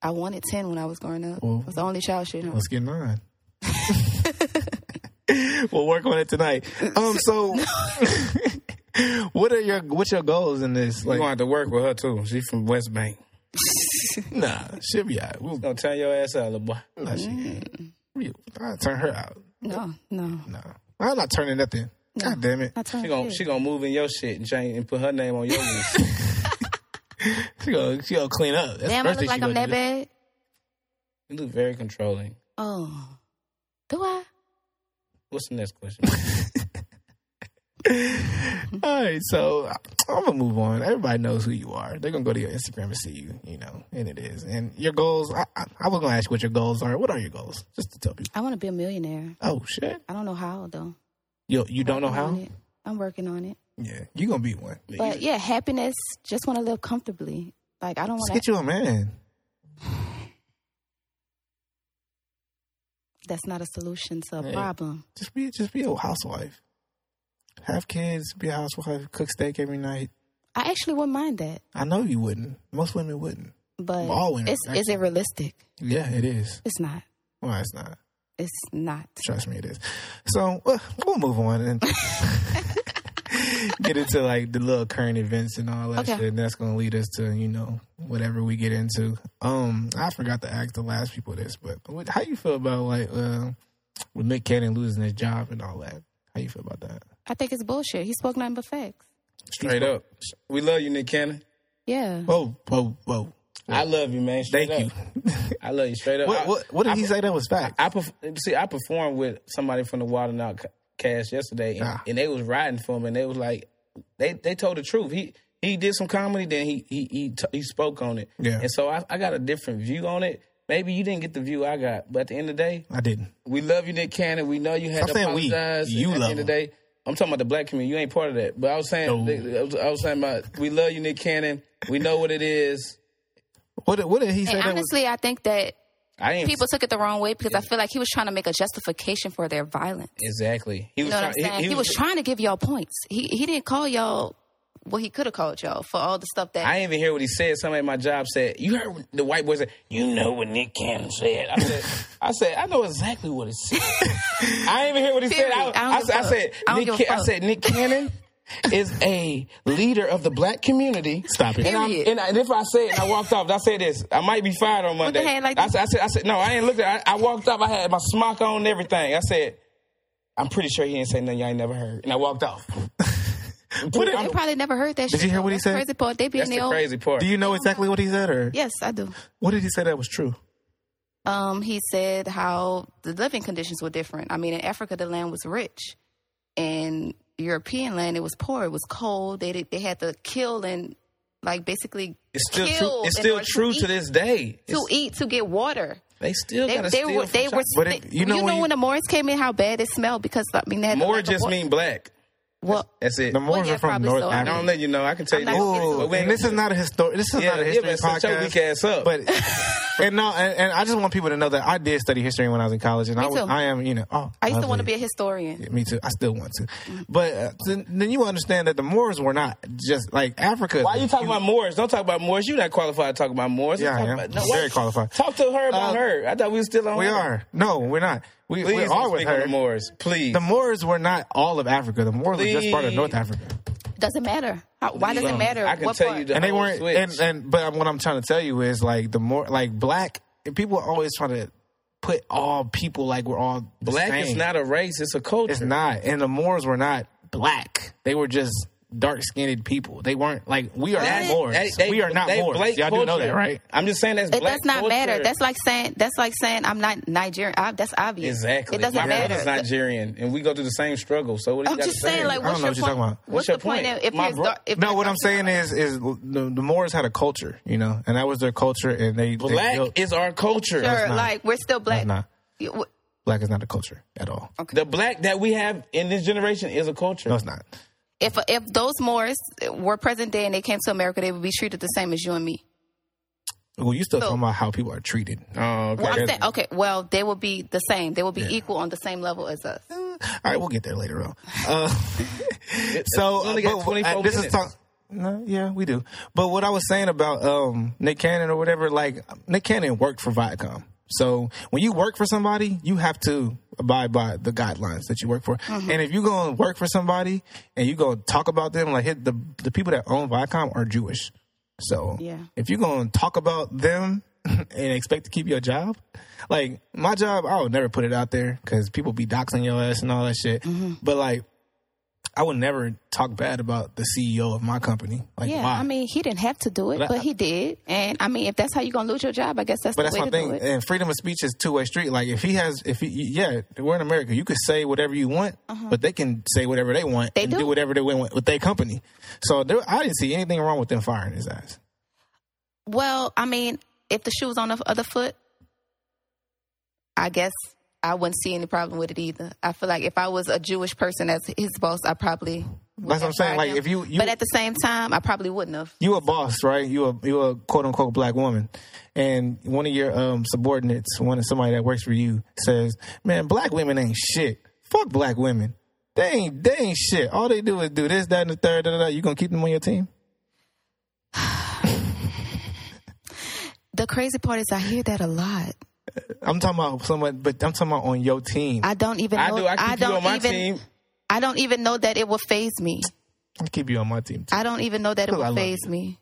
Speaker 4: I wanted 10 when I was growing up.
Speaker 3: Well-
Speaker 4: I was the only child shit.
Speaker 3: Let's get nine. we'll work on it tonight. Um, so what are your what's your goals in this?
Speaker 2: You're
Speaker 3: Like,
Speaker 2: gonna have to work with her too. She's from West Bank.
Speaker 3: nah, she'll be out. We'll,
Speaker 2: Gonna turn your ass out, little boy.
Speaker 3: nah, she, we, I'll turn her out.
Speaker 4: No, no.
Speaker 3: No, I'm not turning nothing. God damn it.
Speaker 4: Not
Speaker 2: She gonna she gonna move in your shit and change and put her name on your list.
Speaker 3: She gonna she gonna clean up. That's the
Speaker 4: Damn, I
Speaker 3: first
Speaker 4: look
Speaker 3: thing
Speaker 4: like
Speaker 3: she gonna
Speaker 4: I'm that
Speaker 3: do.
Speaker 4: bad.
Speaker 2: You look very controlling.
Speaker 4: Oh. Do I?
Speaker 2: What's the next question?
Speaker 3: All right, so I'm gonna move on. Everybody knows who you are. They're gonna go to your Instagram and see you, you know, and it is. And your goals. I, I, I was gonna ask you what your goals are. What are your goals? Just to tell people.
Speaker 4: I want to be a millionaire.
Speaker 3: Oh shit,
Speaker 4: I don't know how, though.
Speaker 3: you you don't know
Speaker 4: Working on
Speaker 3: how?
Speaker 4: it. I'm working on it.
Speaker 3: Yeah, you gonna be one.
Speaker 4: But yeah, happiness, just want to live comfortably. Like, I don't
Speaker 3: Let's
Speaker 4: want
Speaker 3: get
Speaker 4: to.
Speaker 3: you a man.
Speaker 4: That's not a solution to a
Speaker 3: Hey.
Speaker 4: problem.
Speaker 3: Just be just be a housewife. Have kids, be a housewife, cook steak every night.
Speaker 4: I actually wouldn't mind that.
Speaker 3: I know you wouldn't. Most women wouldn't.
Speaker 4: But
Speaker 3: Ball winner,
Speaker 4: it's, is
Speaker 3: actually.
Speaker 4: it realistic?
Speaker 3: Yeah, it is.
Speaker 4: It's not.
Speaker 3: Why it's not.
Speaker 4: It's not.
Speaker 3: Trust me, it is. So uh, we'll move on and get into like the little current events and all that
Speaker 4: Okay.
Speaker 3: shit. And that's gonna lead us to you know whatever we get into. Um, I forgot to ask the last people this, but what, how you feel about like uh, with Nick Cannon losing his job and all that? How you feel about that?
Speaker 4: I think it's bullshit. He spoke nothing but facts.
Speaker 2: Straight up. We love you, Nick Cannon.
Speaker 4: Yeah.
Speaker 3: Whoa, whoa, whoa!
Speaker 2: I love you, man. Straight
Speaker 3: Thank
Speaker 2: up.
Speaker 3: you.
Speaker 2: I love you straight up.
Speaker 3: what, what, what did
Speaker 2: I,
Speaker 3: he say that was fact?
Speaker 2: I, perf- see. I performed with somebody from the Wild and Out ca- cast yesterday, and,
Speaker 3: Nah.
Speaker 2: and they was riding for him, and they was like, they they told the truth. He he did some comedy, then he he he, t- he spoke on it.
Speaker 3: Yeah.
Speaker 2: And so I, I got a different view on it. Maybe you didn't get the view I got, but at the end of the day,
Speaker 3: I didn't.
Speaker 2: we love you, Nick Cannon. We know you had
Speaker 3: Stop
Speaker 2: to
Speaker 3: saying we.
Speaker 2: apologize.
Speaker 3: You
Speaker 2: at
Speaker 3: love
Speaker 2: the end of
Speaker 3: him.
Speaker 2: the day. I'm talking about the black community. You ain't part of that. But I was saying,
Speaker 3: No.
Speaker 2: I was, I was saying about we love you, Nick Cannon. We know what it is.
Speaker 3: What did- what did he say?
Speaker 4: And
Speaker 3: that was,
Speaker 4: honestly, I think that
Speaker 2: I ain't
Speaker 4: people took it the wrong way because I feel like he was trying to make a justification for their violence.
Speaker 2: exactly. He
Speaker 4: You
Speaker 2: was
Speaker 4: know what I'm
Speaker 2: trying-
Speaker 4: saying? He, was, trying to give y'all points. He he didn't call y'all what he could have called y'all for all the stuff that
Speaker 2: I didn't even hear what he said. Somebody at my job said, "You heard what the white boy said." You know what Nick Cannon said? I said, "I said I know exactly what he said." I didn't even hear what he said. I,
Speaker 4: Period. I don't
Speaker 2: I
Speaker 4: give a
Speaker 2: said, I
Speaker 4: fuck.
Speaker 2: said,
Speaker 4: I don't
Speaker 2: Nick,
Speaker 4: give a
Speaker 2: Ca- I
Speaker 4: fuck.
Speaker 2: said, Nick Cannon is a leader of the black community.
Speaker 3: Stop it.
Speaker 2: And, I'm-
Speaker 4: Period.
Speaker 2: and, I- and if I said and I walked off, I said this. I might be fired on Monday.
Speaker 4: hand like
Speaker 2: I,
Speaker 4: this?
Speaker 2: said, I said, I said, no, I ain't looked at. it. I, I walked off. I had my smock on, and everything. I said, I'm pretty sure he ain't say nothing. Y'all ain't never heard. And I walked off.
Speaker 3: What did-
Speaker 4: they probably never heard that. Did
Speaker 3: you hear what he said?
Speaker 4: Crazy part. They be
Speaker 2: That's
Speaker 4: in
Speaker 2: the
Speaker 4: their own.
Speaker 2: crazy part.
Speaker 3: do you know exactly what he said, or
Speaker 4: Yes, I do.
Speaker 3: what did he say that was true?
Speaker 4: Um, he said how the living conditions were different. I mean, in Africa, the land was rich, and European land it was poor. It was cold. They did- they had to kill and like basically
Speaker 2: It's still
Speaker 4: kill
Speaker 2: true. It's
Speaker 4: in
Speaker 2: still
Speaker 4: order
Speaker 2: true
Speaker 4: eat-
Speaker 2: to this day.
Speaker 4: to eat to get water.
Speaker 2: They still
Speaker 4: They,
Speaker 2: gotta
Speaker 4: they
Speaker 2: steal
Speaker 4: were
Speaker 2: from
Speaker 4: they
Speaker 2: China.
Speaker 4: were
Speaker 3: But it- you
Speaker 4: you
Speaker 3: know
Speaker 4: know,
Speaker 3: when you-
Speaker 4: when the Moors came in how bad it smelled because I mean they had
Speaker 2: More
Speaker 4: like, a
Speaker 2: just
Speaker 4: wa-
Speaker 2: mean black.
Speaker 4: well
Speaker 2: That's it.
Speaker 3: The Moors
Speaker 4: yeah,
Speaker 3: are from
Speaker 4: probably
Speaker 3: North
Speaker 4: so. I
Speaker 2: I
Speaker 3: Africa.
Speaker 2: don't let you know. I can tell you.
Speaker 4: I'm not
Speaker 2: this.
Speaker 4: Ooh,
Speaker 2: But
Speaker 3: Oh,
Speaker 2: we ain't
Speaker 3: and this is not a histori- This is
Speaker 2: Yeah,
Speaker 3: not a
Speaker 2: yeah,
Speaker 3: history
Speaker 2: but shut your
Speaker 3: podcast.
Speaker 2: weak ass up.
Speaker 3: But and no, and, and I just want people to know that I did study history when I was in college, and I, was,
Speaker 4: too.
Speaker 3: I am, you know, oh,
Speaker 4: I used to want to
Speaker 3: lovely.
Speaker 4: be Mm-hmm. a historian.
Speaker 3: Me too. I still want to. But uh, then, then you understand that the Moors were not just like Africa.
Speaker 2: Why you talking about Moors? Don't talk about Moors. You're not qualified to talk about Moors.
Speaker 3: Yeah, I
Speaker 2: Let's talk
Speaker 3: am.
Speaker 2: about- no,
Speaker 3: Very
Speaker 2: wait.
Speaker 3: qualified.
Speaker 2: Talk to her about
Speaker 3: Uh,
Speaker 2: her. I thought we were still on.
Speaker 3: We
Speaker 2: her.
Speaker 3: are. No, we're not. We,
Speaker 2: Please
Speaker 3: we
Speaker 2: don't
Speaker 3: are with
Speaker 2: speak on
Speaker 3: her.
Speaker 2: the Moors. Please.
Speaker 3: The Moors were not all of Africa. The Moors were just part of North
Speaker 2: Please.
Speaker 3: Africa,
Speaker 4: Doesn't matter. How, why does it
Speaker 2: Um,
Speaker 4: matter?
Speaker 2: I can
Speaker 4: what
Speaker 2: tell
Speaker 4: part?
Speaker 2: you the
Speaker 3: and they
Speaker 2: whole
Speaker 3: weren't.
Speaker 2: switch.
Speaker 3: And, and but what I'm trying to tell you is like the more like black people are always trying to put all people like we're all the
Speaker 2: black is
Speaker 3: same.
Speaker 2: not a race. It's a culture.
Speaker 3: It's not. And the Moors were not black. They were just dark skinned people. They weren't like we are
Speaker 2: That-
Speaker 3: not Moors.
Speaker 2: that- they-
Speaker 3: we are not
Speaker 2: they
Speaker 3: Moors.
Speaker 2: black
Speaker 3: Y'all do know
Speaker 2: culture.
Speaker 3: that, right?
Speaker 2: I'm just saying that's
Speaker 4: It
Speaker 2: black
Speaker 4: does not matter.
Speaker 2: culture.
Speaker 4: That's like saying that's like saying I'm not Nigerian. I, that's obvious.
Speaker 2: exactly.
Speaker 4: It doesn't
Speaker 2: My
Speaker 4: matter.
Speaker 2: brother's Nigerian, and we go through the same struggle. So what do you
Speaker 4: I'm
Speaker 2: got
Speaker 4: just
Speaker 2: to say?
Speaker 4: saying, like,
Speaker 3: I don't
Speaker 4: what's
Speaker 3: know
Speaker 4: your
Speaker 3: what you're
Speaker 4: point?
Speaker 3: talking about.
Speaker 4: What's your point? If
Speaker 2: My
Speaker 4: his
Speaker 2: bro-
Speaker 4: dar- if
Speaker 3: No,
Speaker 4: his
Speaker 3: what I'm
Speaker 4: dark-
Speaker 3: saying is, is the, the Moors had a culture, you know, and that was their culture, and they they
Speaker 2: Black
Speaker 3: built-
Speaker 2: is our culture.
Speaker 4: sure, like we're still black.
Speaker 3: nah,
Speaker 4: You- wh-
Speaker 3: black is not a culture at all.
Speaker 2: The black that we have in this generation is a culture.
Speaker 3: No, it's not.
Speaker 4: If if those Moors were present day and they came to America, they would be treated the same as you and me.
Speaker 3: Well, you still
Speaker 4: So-
Speaker 3: talking about how people are treated. Oh, okay.
Speaker 4: Well, I'm
Speaker 3: That's-
Speaker 4: saying, okay, well, they will be the same. They will be equal on the same level as us.
Speaker 3: All right, we'll get there later on. Uh, so uh,
Speaker 2: only got
Speaker 3: but,
Speaker 2: 24
Speaker 3: this is
Speaker 2: minutes.
Speaker 3: talk. No, yeah, we do. But what I was saying about um, Nick Cannon or whatever, like Nick Cannon worked for Viacom. So when you work for somebody, you have to abide by the guidelines that you work for.
Speaker 2: Mm-hmm.
Speaker 3: And if you go and work for somebody and you go talk about them, like hit the the people that own Viacom are Jewish. So
Speaker 4: Yeah.
Speaker 3: if you're going to talk about them and expect to keep your job, like my job, I would never put it out there because people be doxing your ass and all that shit.
Speaker 4: Mm-hmm.
Speaker 3: But like, I would never talk bad about the CEO of my company. Like,
Speaker 4: Yeah,
Speaker 3: why?
Speaker 4: I mean, he didn't have to do it,
Speaker 3: But I-
Speaker 4: but he did. And I mean, if that's how you're gonna lose your job, I guess that's
Speaker 3: but
Speaker 4: the
Speaker 3: that's
Speaker 4: way
Speaker 3: my
Speaker 4: to
Speaker 3: thing.
Speaker 4: do it.
Speaker 3: And freedom of speech is two way street. Like, if he has, if he, yeah, we're in America. You could say whatever you want, but they can say whatever they want
Speaker 4: Uh-huh. They
Speaker 3: and
Speaker 4: do.
Speaker 3: whatever they want with their company. So there, I didn't see anything wrong with them firing his ass.
Speaker 4: Well, I mean, if the shoe was on the other foot, I guess I wouldn't see any problem with it either. I feel like if I was a Jewish person as his boss, I probably.
Speaker 3: That's
Speaker 4: would
Speaker 3: what I'm
Speaker 4: have
Speaker 3: saying.
Speaker 4: fired
Speaker 3: Like,
Speaker 4: him.
Speaker 3: if you- you-
Speaker 4: but at the same time, I probably wouldn't have.
Speaker 3: you a boss, right? You a you a quote unquote black woman, and one of your um, subordinates, one of somebody that works for you, says, "Man, black women ain't shit. Fuck black women. They ain't they ain't shit. All they do is do this, that, and the third. Da, da, da. You gonna keep them on your team?
Speaker 4: The crazy part is, I hear that a lot.
Speaker 3: I'm talking about someone, but I'm talking about on your team. I
Speaker 4: I don't even.
Speaker 2: I
Speaker 4: know,
Speaker 2: do. I keep you
Speaker 4: don't
Speaker 2: on my
Speaker 4: even,
Speaker 2: team.
Speaker 4: I don't even know that it will phase me.
Speaker 3: keep you on my team. Too.
Speaker 4: I don't even know that it
Speaker 3: Because I
Speaker 4: would
Speaker 3: love
Speaker 4: phase
Speaker 3: you.
Speaker 4: me.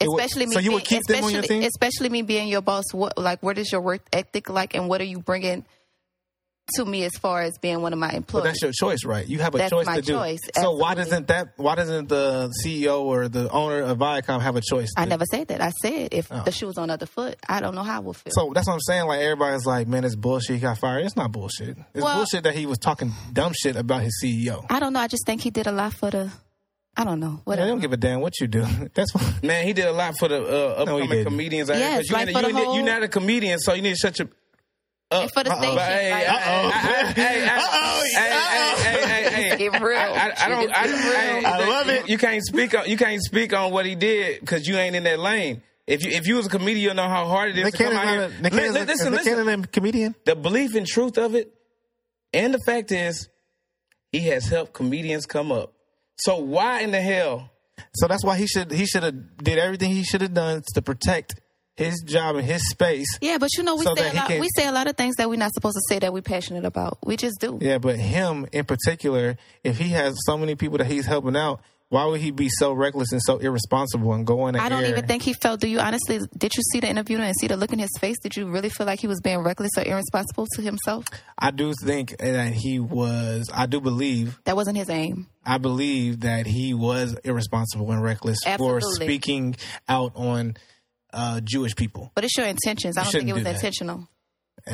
Speaker 3: It would-
Speaker 4: Especially me.
Speaker 3: so you would
Speaker 4: being-
Speaker 3: keep them on your
Speaker 4: especially-
Speaker 3: team?
Speaker 4: Especially me being your boss. What like what is your work ethic like, and what are you bringing to me as far as being one of my
Speaker 3: But
Speaker 4: employees?
Speaker 3: that's your choice, right? You have a
Speaker 4: That's
Speaker 3: choice
Speaker 4: my
Speaker 3: to do.
Speaker 4: choice,
Speaker 3: so why
Speaker 4: absolutely.
Speaker 3: doesn't that? Why doesn't the CEO or the owner of Viacom have a choice?
Speaker 4: I
Speaker 3: to-
Speaker 4: never said that. I said if the shoe was on the other foot, I don't know how I will feel.
Speaker 3: Oh. So that's what I'm saying. Like everybody's like, man, it's bullshit. He got fired. It's not bullshit. It's
Speaker 4: Well-
Speaker 3: bullshit that he was talking dumb shit about his E CEO.
Speaker 4: I don't know. I just think he did a lot for the. I don't know.
Speaker 3: They
Speaker 4: Whatever.
Speaker 3: don't give a damn what you do. That's what,
Speaker 2: Man, he did a lot for the uh, upcoming
Speaker 3: didn't.
Speaker 2: comedians. out here,
Speaker 4: Yes,
Speaker 2: 'cause you
Speaker 4: like
Speaker 2: ain't-
Speaker 4: for
Speaker 2: you
Speaker 4: the
Speaker 2: ain't-
Speaker 4: whole-
Speaker 2: You're not a comedian, so you need to shut your.
Speaker 4: and for the station,
Speaker 2: But, hey,
Speaker 4: like,
Speaker 2: I- I- I- hey, I- hey, hey, hey, hey, hey.
Speaker 4: Get real.
Speaker 2: I, I don't. I,
Speaker 4: Get real.
Speaker 2: I, love it. You can't speak on. You can't speak on what he did because you ain't in that lane. If you if you was a comedian, you know how hard it is
Speaker 3: Nick
Speaker 2: to come
Speaker 3: Cannon's
Speaker 2: out
Speaker 3: not a,
Speaker 2: here.
Speaker 3: Nick
Speaker 2: Li-
Speaker 3: Cannon's
Speaker 2: li-
Speaker 3: a- is
Speaker 2: listen,
Speaker 3: Nick
Speaker 2: listen.
Speaker 3: Cannon a comedian.
Speaker 2: The belief and truth of it, and the fact is, he has helped comedians come up. So why in the hell?
Speaker 3: So that's why he should he should have did everything he should have done to protect his job and his space.
Speaker 4: yeah, but you know, we
Speaker 3: So
Speaker 4: say
Speaker 3: that
Speaker 4: a
Speaker 3: he
Speaker 4: lot,
Speaker 3: can-
Speaker 4: we say a lot of things that we're not supposed to say that we're passionate about. We just do.
Speaker 3: Yeah, but him in particular, if he has so many people that he's helping out, why would he be so reckless and so irresponsible and go in the
Speaker 4: I don't
Speaker 3: air?
Speaker 4: even think he felt. Do you honestly? Did you see the interview and see the look in his face? Did you really feel like he was being reckless or irresponsible to himself?
Speaker 3: I do think that he was. I do believe
Speaker 4: That wasn't his aim.
Speaker 3: I believe that he was irresponsible and reckless for
Speaker 4: Absolutely.
Speaker 3: speaking out on uh, Jewish people.
Speaker 4: But it's your intentions. I don't think it
Speaker 3: shouldn't
Speaker 4: was
Speaker 3: do that.
Speaker 4: intentional.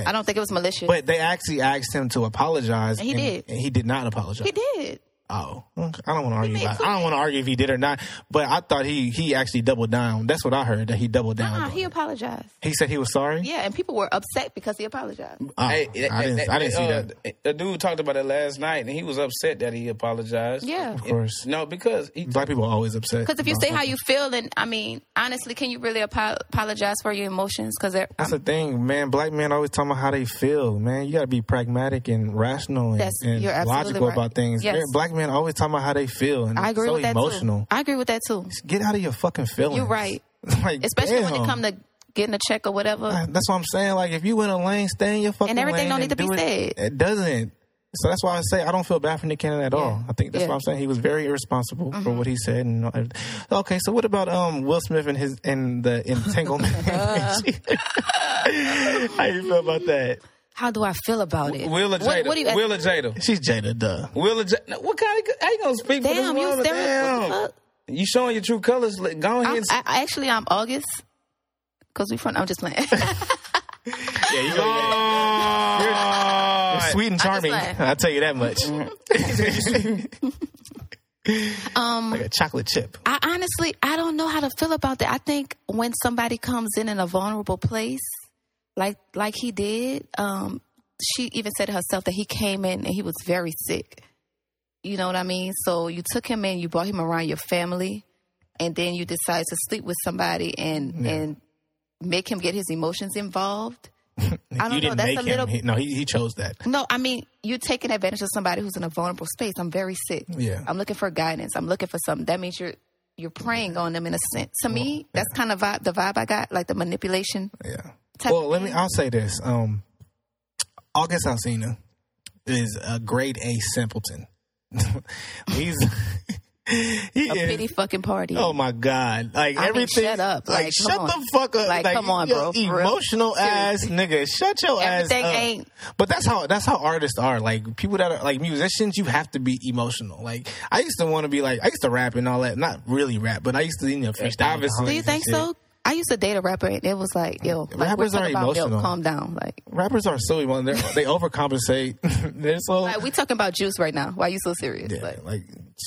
Speaker 4: I don't think it was malicious.
Speaker 3: But they actually asked him to apologize.
Speaker 4: And he did.
Speaker 3: and he did not apologize.
Speaker 4: he did.
Speaker 3: Oh, okay. I don't want to argue
Speaker 4: made
Speaker 3: about. it. I don't want to argue if he did or not. But I thought he he actually doubled down. That's what I heard that he doubled down.
Speaker 4: Uh-uh,
Speaker 3: on
Speaker 4: he
Speaker 3: it.
Speaker 4: apologized.
Speaker 3: He said he was sorry.
Speaker 4: Yeah, and people were upset because he apologized.
Speaker 3: Oh,
Speaker 2: Hey,
Speaker 3: I didn't. I didn't see
Speaker 2: uh,
Speaker 3: that.
Speaker 2: A dude talked about it last night, and he was upset that he apologized.
Speaker 4: Yeah.
Speaker 3: Of course,
Speaker 2: No, because he,
Speaker 3: black people are always upset.
Speaker 4: Because if you
Speaker 3: about
Speaker 4: say how
Speaker 3: something.
Speaker 4: you feel, then I mean, honestly, can you really apo- apologize for your emotions? um, Because
Speaker 3: That's the thing, man. Black men always talking about how they feel, man. You got to be pragmatic and rational and,
Speaker 4: That's-
Speaker 3: and
Speaker 4: you're absolutely
Speaker 3: logical
Speaker 4: right.
Speaker 3: about things.
Speaker 4: Yes.
Speaker 3: Man, Black men always talking about how they feel and
Speaker 4: I agree
Speaker 3: so
Speaker 4: with that too.
Speaker 3: emotional.
Speaker 4: I agree with that too,
Speaker 3: Get out of your fucking feelings.
Speaker 4: You're right.
Speaker 3: like,
Speaker 4: especially when it
Speaker 3: damn.
Speaker 4: come to getting a check or whatever.
Speaker 3: That's what I'm saying. Like, if you in a lane, stay in your fucking
Speaker 4: And everything
Speaker 3: lane
Speaker 4: don't need to
Speaker 3: do
Speaker 4: be
Speaker 3: it. It doesn't. So that's why I say I don't feel bad for Nick Cannon at all. I think that's
Speaker 4: Yeah. Mm-hmm.
Speaker 3: what I'm saying. He was very irresponsible for what he said. And all- okay, so what about um Will Smith and his and the entanglement? How you feel about that?
Speaker 4: How do I feel about it?
Speaker 2: Will or Jada.
Speaker 4: What, what do you?
Speaker 2: Will or Jada.
Speaker 3: She's Jada, duh.
Speaker 2: Will or Jada. What kind of? How you gonna speak for this
Speaker 4: damn,
Speaker 2: woman?
Speaker 4: you staring. What the
Speaker 2: Damn.
Speaker 4: fuck?
Speaker 2: You showing your true colors. Let- Go ahead.
Speaker 4: I'm,
Speaker 2: and
Speaker 4: I, I- actually, I'm August because we from. I'm just playing.
Speaker 3: Yeah, you
Speaker 2: Oh,
Speaker 3: sweet and charming.
Speaker 4: like-
Speaker 3: I'll tell you that much.
Speaker 4: um,
Speaker 3: like a chocolate chip.
Speaker 4: I honestly, I don't know how to feel about that. I think when somebody comes in in a vulnerable place, like like he did, um, she even said herself that he came in and he was very sick. You know what I mean? So you took him in, you brought him around your family, and then you decided to sleep with somebody and and make him get his emotions involved. I don't
Speaker 3: you
Speaker 4: know.
Speaker 3: didn't
Speaker 4: That's
Speaker 3: make
Speaker 4: a
Speaker 3: him.
Speaker 4: little.
Speaker 3: He- no, he, he chose that.
Speaker 4: No, I mean you're taking advantage of somebody who's in a vulnerable space. I'm very sick.
Speaker 3: Yeah.
Speaker 4: I'm looking for guidance. I'm looking for something. That means you're you're preying on them in a sense. To
Speaker 3: Oh,
Speaker 4: me, that's kind of vibe, the vibe I got, like the manipulation.
Speaker 3: Yeah.
Speaker 4: Type
Speaker 3: well, let me. I'll say this. Um, August Alsina is a grade A simpleton. He's he
Speaker 4: A
Speaker 3: is-
Speaker 4: pity fucking party.
Speaker 3: Oh my god! Like
Speaker 4: I mean,
Speaker 3: everything.
Speaker 4: shut up.
Speaker 3: Like,
Speaker 4: Like, come
Speaker 3: shut the
Speaker 4: on.
Speaker 3: fuck up.
Speaker 4: Like, come on,
Speaker 3: your
Speaker 4: bro. For real.
Speaker 3: Emotional ass nigga. Shut your
Speaker 4: Everything
Speaker 3: ass up.
Speaker 4: ain't-
Speaker 3: But that's how that's how artists are. Like people that are like musicians, you have to be emotional. Like I used to want to be like I used to rap and all that. Not really rap, but I used to you know freestyle.
Speaker 2: obviously.
Speaker 4: Do you think so? I used to date a rapper and it was like, yo, like, we're
Speaker 3: Rappers are
Speaker 4: talking about
Speaker 3: emotional.
Speaker 4: milk. Calm down. Like,
Speaker 3: Rappers are so emotional. They're- They overcompensate. They're so
Speaker 4: like we talking about juice right now. Why you so serious?
Speaker 3: Yeah,
Speaker 4: Like,
Speaker 3: like,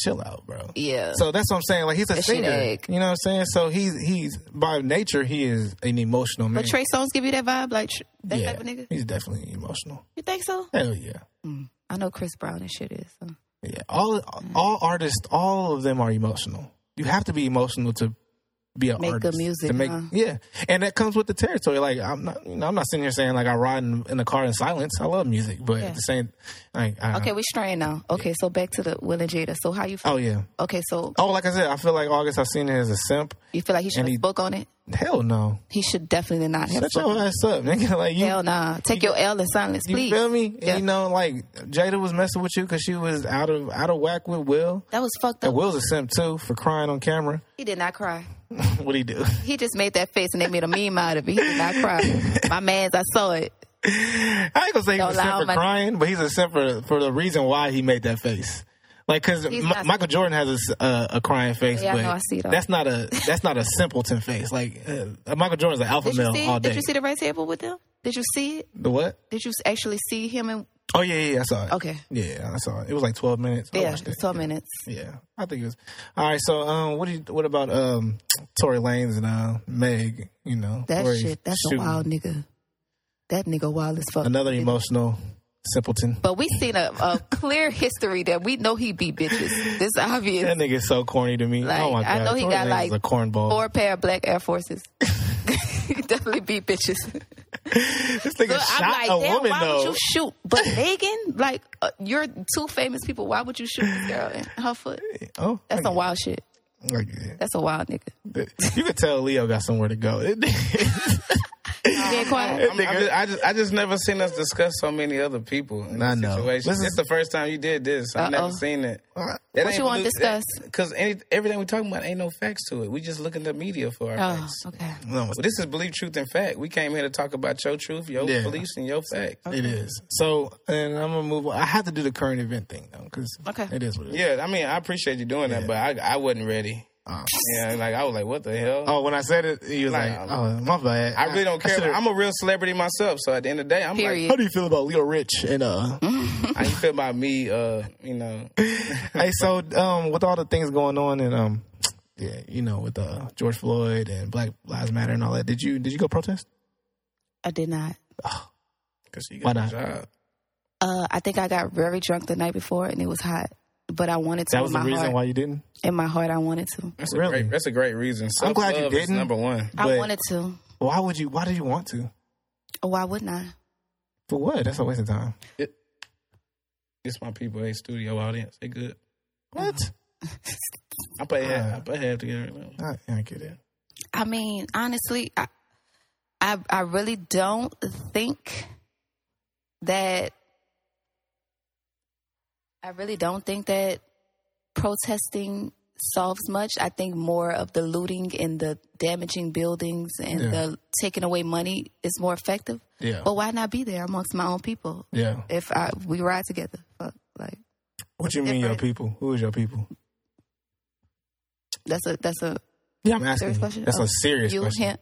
Speaker 3: chill out, bro.
Speaker 4: Yeah.
Speaker 3: So that's what I'm saying. Like he's a
Speaker 4: That shit
Speaker 3: singer.
Speaker 4: egg.
Speaker 3: You know what I'm saying? So he's he's by nature he is an emotional man.
Speaker 4: but Trey Songz give you that vibe, like tr- that
Speaker 3: yeah,
Speaker 4: type of nigga.
Speaker 3: he's definitely emotional.
Speaker 4: You think so?
Speaker 3: Hell yeah,
Speaker 4: I know Chris Brown and shit is. So.
Speaker 3: yeah. All all artists, all of them are emotional. You have to be emotional to be an
Speaker 4: Make good
Speaker 3: artist.
Speaker 4: music,
Speaker 3: to make
Speaker 4: huh?
Speaker 3: yeah, and that comes with the territory. Like I'm not, you know, I'm not sitting here saying like I ride in, in the car in silence. I love music, but
Speaker 4: Yeah.
Speaker 3: at the same, like I,
Speaker 4: Okay, we straying now. Okay, so back to the Will and Jada. So how you? Feel?
Speaker 3: Oh yeah.
Speaker 4: Okay, so
Speaker 3: Oh, like I said, I feel like August Alsina is a simp.
Speaker 4: you feel like he should
Speaker 3: and he-
Speaker 4: have spoke on it?
Speaker 3: Hell no.
Speaker 4: He should definitely not have.
Speaker 3: Shut your
Speaker 4: spoke.
Speaker 3: ass up, nigga. Like you,
Speaker 4: Hell nah. Take your L in silence,
Speaker 3: You
Speaker 4: please.
Speaker 3: feel me?
Speaker 4: Yeah.
Speaker 3: You know, like Jada was messing with you because she was out of out of whack with Will.
Speaker 4: That was fucked up.
Speaker 3: And Will's a simp too for crying on camera.
Speaker 4: He did not cry.
Speaker 3: what do he do?
Speaker 4: He just made that face and they made a meme out of it. He did not cry. My man's, I saw it.
Speaker 3: I ain't gonna say he's
Speaker 4: Don't
Speaker 3: a simp
Speaker 4: allow
Speaker 3: for
Speaker 4: my-
Speaker 3: crying, but he's a simp for, for the reason why he made that face. Like, cause
Speaker 4: He's
Speaker 3: M-
Speaker 4: not-
Speaker 3: Michael Jordan has a s- uh, a, crying face,
Speaker 4: Yeah, I
Speaker 3: but
Speaker 4: know, I see that.
Speaker 3: that's not a that's not a simpleton face. Like uh, Michael Jordan's an alpha
Speaker 4: Did you
Speaker 3: male
Speaker 4: see?
Speaker 3: all day.
Speaker 4: Did you see the right table with them? Did you see it?
Speaker 3: the what?
Speaker 4: Did you actually see him? And
Speaker 3: Oh yeah, yeah, yeah, I saw it.
Speaker 4: Okay.
Speaker 3: yeah, I saw it. It was like twelve minutes. I
Speaker 4: yeah,
Speaker 3: watched it.
Speaker 4: twelve minutes.
Speaker 3: Yeah, I think it was. All right, so um, what do you, what about um, Tory Lanez and uh, Meg? You know,
Speaker 4: That
Speaker 3: Tory's
Speaker 4: shit. That's
Speaker 3: shooting.
Speaker 4: a wild nigga. That nigga wild as fuck.
Speaker 3: Another emotional simpleton.
Speaker 4: But we seen a, a clear history that we know he beat bitches. This obvious.
Speaker 3: That nigga's so corny to me.
Speaker 4: Like,
Speaker 3: oh my god,
Speaker 4: I know he
Speaker 3: Tory
Speaker 4: got
Speaker 3: Lanez
Speaker 4: like
Speaker 3: is a cornball.
Speaker 4: four pair of black Air Forces. He Definitely beat bitches.
Speaker 3: this nigga
Speaker 4: Look,
Speaker 3: shot
Speaker 4: I'm like,
Speaker 3: a
Speaker 4: damn,
Speaker 3: woman
Speaker 4: why
Speaker 3: though.
Speaker 4: would you shoot? But Megan, like, uh, you're two famous people. Why would you shoot this girl in her foot?
Speaker 3: oh,
Speaker 4: That's
Speaker 3: okay.
Speaker 4: some wild shit.
Speaker 3: Okay.
Speaker 4: That's a wild nigga.
Speaker 3: You could tell Leo got somewhere to go.
Speaker 4: Being quiet.
Speaker 2: I'm- I'm just- I just I just never seen us discuss so many other people in
Speaker 3: I
Speaker 2: this
Speaker 3: know.
Speaker 2: situation.
Speaker 3: This
Speaker 2: This
Speaker 3: is-
Speaker 2: is the first time you did this. I've
Speaker 4: Uh-oh.
Speaker 2: never seen it.
Speaker 4: What you wanna discuss?
Speaker 2: Because everything we're talking about ain't no facts to it. We just look at the media for our
Speaker 4: Oh,
Speaker 2: facts.
Speaker 4: okay.
Speaker 3: no,
Speaker 2: Well, this is belief, truth, and fact. We came here to talk about your truth, your
Speaker 3: Yeah.
Speaker 2: beliefs, and your facts.
Speaker 3: it is. So, and I'm gonna move. on. I have to do the current event thing though, because
Speaker 4: Okay.
Speaker 3: it is what it is.
Speaker 2: Yeah, I mean, I appreciate you doing that, but I I wasn't ready.
Speaker 3: Uh,
Speaker 2: Yeah, like I was like, what the hell?
Speaker 3: oh, when I said it, he was like,
Speaker 2: Like,
Speaker 3: "Oh, my bad."
Speaker 2: I really don't care.
Speaker 3: should've-
Speaker 2: I'm a real celebrity myself, so at the end of the day, I'm
Speaker 4: Period.
Speaker 3: How do you feel about Leo Rich and uh?
Speaker 2: like, how you feel about me? Uh, you know,
Speaker 3: hey, so um, with all the things going on and um, yeah, you know, with uh George Floyd and Black Lives Matter and all that, did you did you go protest?
Speaker 4: I did not.
Speaker 2: because you
Speaker 3: Why
Speaker 2: got a
Speaker 3: not?
Speaker 2: job.
Speaker 4: Uh, I think I got very drunk the night before and it was hot. But I wanted to.
Speaker 3: That was
Speaker 4: in
Speaker 3: the
Speaker 4: my
Speaker 3: reason
Speaker 4: heart.
Speaker 3: why you didn't.
Speaker 4: In my heart, I wanted to.
Speaker 2: That's
Speaker 3: Really?
Speaker 2: a great. That's a great reason.
Speaker 3: I'm glad you
Speaker 2: Self-love is
Speaker 3: didn't.
Speaker 2: Number one.
Speaker 4: I
Speaker 3: But-
Speaker 4: wanted to.
Speaker 3: Why would you? Why did you want to?
Speaker 4: Why wouldn't I?
Speaker 3: For what? That's a waste of time.
Speaker 2: It's my people. Hey, studio audience. They good.
Speaker 3: What? Uh,
Speaker 2: I play. half I play half together.
Speaker 3: I, I get it.
Speaker 4: I mean, honestly, I, I I really don't think that I really don't think that protesting solves much. I think more of the looting and the damaging buildings and
Speaker 3: Yeah.
Speaker 4: the taking away money is more effective.
Speaker 3: Yeah.
Speaker 4: But why not be there amongst my own people
Speaker 3: Yeah.
Speaker 4: if I we ride together? Fuck, like
Speaker 3: What you mean, your people? Who is your people?
Speaker 4: that's a that's a
Speaker 3: Yeah, I'm asking.
Speaker 4: serious
Speaker 3: you.
Speaker 4: question.
Speaker 3: That's
Speaker 4: Oh,
Speaker 3: a serious
Speaker 4: you,
Speaker 3: question.
Speaker 4: him,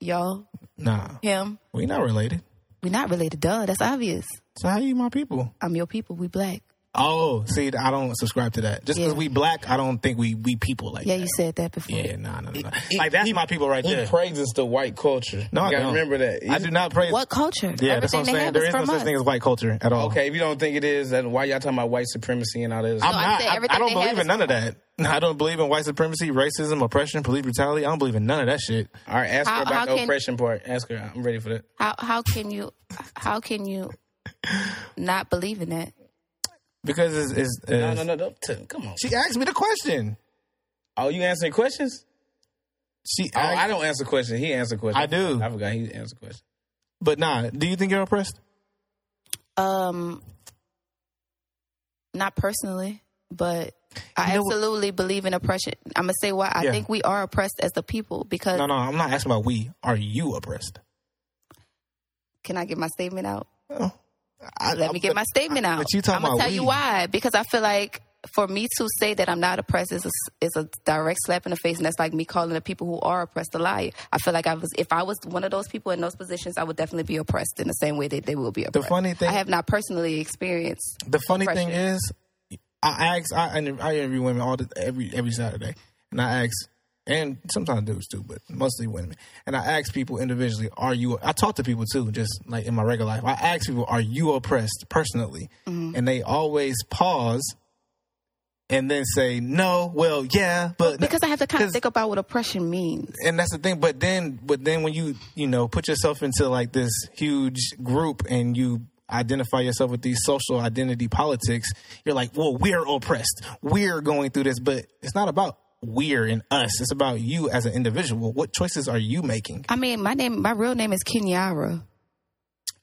Speaker 4: y'all,
Speaker 3: Nah,
Speaker 4: him.
Speaker 3: we not related.
Speaker 4: We're not related, duh. That's obvious.
Speaker 3: So how you my people?
Speaker 4: I'm your people. We black.
Speaker 3: Oh, see, I don't subscribe to that. Just because
Speaker 4: Yeah.
Speaker 3: we black, I don't think we we people like
Speaker 4: Yeah,
Speaker 3: that.
Speaker 4: you said that before.
Speaker 3: Yeah, no, no, no. Like that's my people right
Speaker 2: He
Speaker 3: there.
Speaker 2: praises the white culture.
Speaker 3: no,
Speaker 2: you
Speaker 3: I
Speaker 2: gotta
Speaker 3: don't.
Speaker 2: remember that.
Speaker 3: I do not praise.
Speaker 4: What culture?
Speaker 3: Yeah, that's what I'm
Speaker 4: Everything they
Speaker 3: saying.
Speaker 4: have
Speaker 3: There
Speaker 4: is
Speaker 3: is no
Speaker 4: from
Speaker 3: such
Speaker 4: us.
Speaker 3: thing as white culture at all.
Speaker 2: Okay, if you don't think it is, then why y'all talking about white supremacy and all this?
Speaker 3: I'm
Speaker 4: I
Speaker 3: not.
Speaker 4: said
Speaker 3: I, I
Speaker 4: everything
Speaker 3: don't
Speaker 4: they
Speaker 3: believe
Speaker 4: have
Speaker 3: in
Speaker 4: is
Speaker 3: none of that. I don't believe in white supremacy, racism, oppression, police brutality. I don't believe in none of that shit.
Speaker 2: All right, ask
Speaker 4: How-
Speaker 2: her
Speaker 4: how
Speaker 2: about the
Speaker 4: can-
Speaker 2: oppression part. Ask her. I'm ready for that.
Speaker 4: How how can you how can you not believe in that?
Speaker 3: Because it's, it's, it's
Speaker 2: No, no, no, don't t- come on.
Speaker 3: she asked me the question.
Speaker 2: Oh, you answering questions?
Speaker 3: She,
Speaker 2: Oh, I,
Speaker 3: asked,
Speaker 2: don't answer questions. He answered questions.
Speaker 3: I do.
Speaker 2: I forgot he answered questions.
Speaker 3: but nah. Do you think you're oppressed?
Speaker 4: Um, not personally, but I
Speaker 3: You know what-
Speaker 4: absolutely believe in oppression. I'm gonna say why I
Speaker 3: Yeah.
Speaker 4: think we are oppressed as the people because
Speaker 3: No, no. I'm not asking about we. Are you oppressed?
Speaker 4: can I get my statement out?
Speaker 2: Uh,
Speaker 3: I,
Speaker 4: Uh, Let me get my statement out.
Speaker 3: but you talking
Speaker 4: I'm gonna
Speaker 3: about
Speaker 4: tell you
Speaker 3: we.
Speaker 4: why because I feel like for me to say that I'm not oppressed is a, is a direct slap in the face, and that's like me calling the people who are oppressed a liar. I feel like I was if I was one of those people in those positions, I would definitely be oppressed in the same way that they will be oppressed.
Speaker 3: funny thing-
Speaker 4: I have not personally experienced.
Speaker 3: The funny
Speaker 4: Oppression.
Speaker 3: thing is, I ask, I, I interview women all the, every every Saturday, and I ask, and sometimes dudes too, but mostly women. And I ask people individually, are you? I talk to people too, just like in my regular life. I ask people, are you oppressed personally? And they always pause, and then say, no, well, yeah, but
Speaker 4: Because I have to kind of
Speaker 3: 'Cause-
Speaker 4: think about what oppression means.
Speaker 3: and that's the thing. But then, but then when you you know put yourself into like this huge group and you identify yourself with these social identity politics, you're like, well, we're oppressed. We're going through this, but it's not about we're and us. It's about you as an individual. What choices are you making?
Speaker 4: I mean, my name, my real name is Kenyara.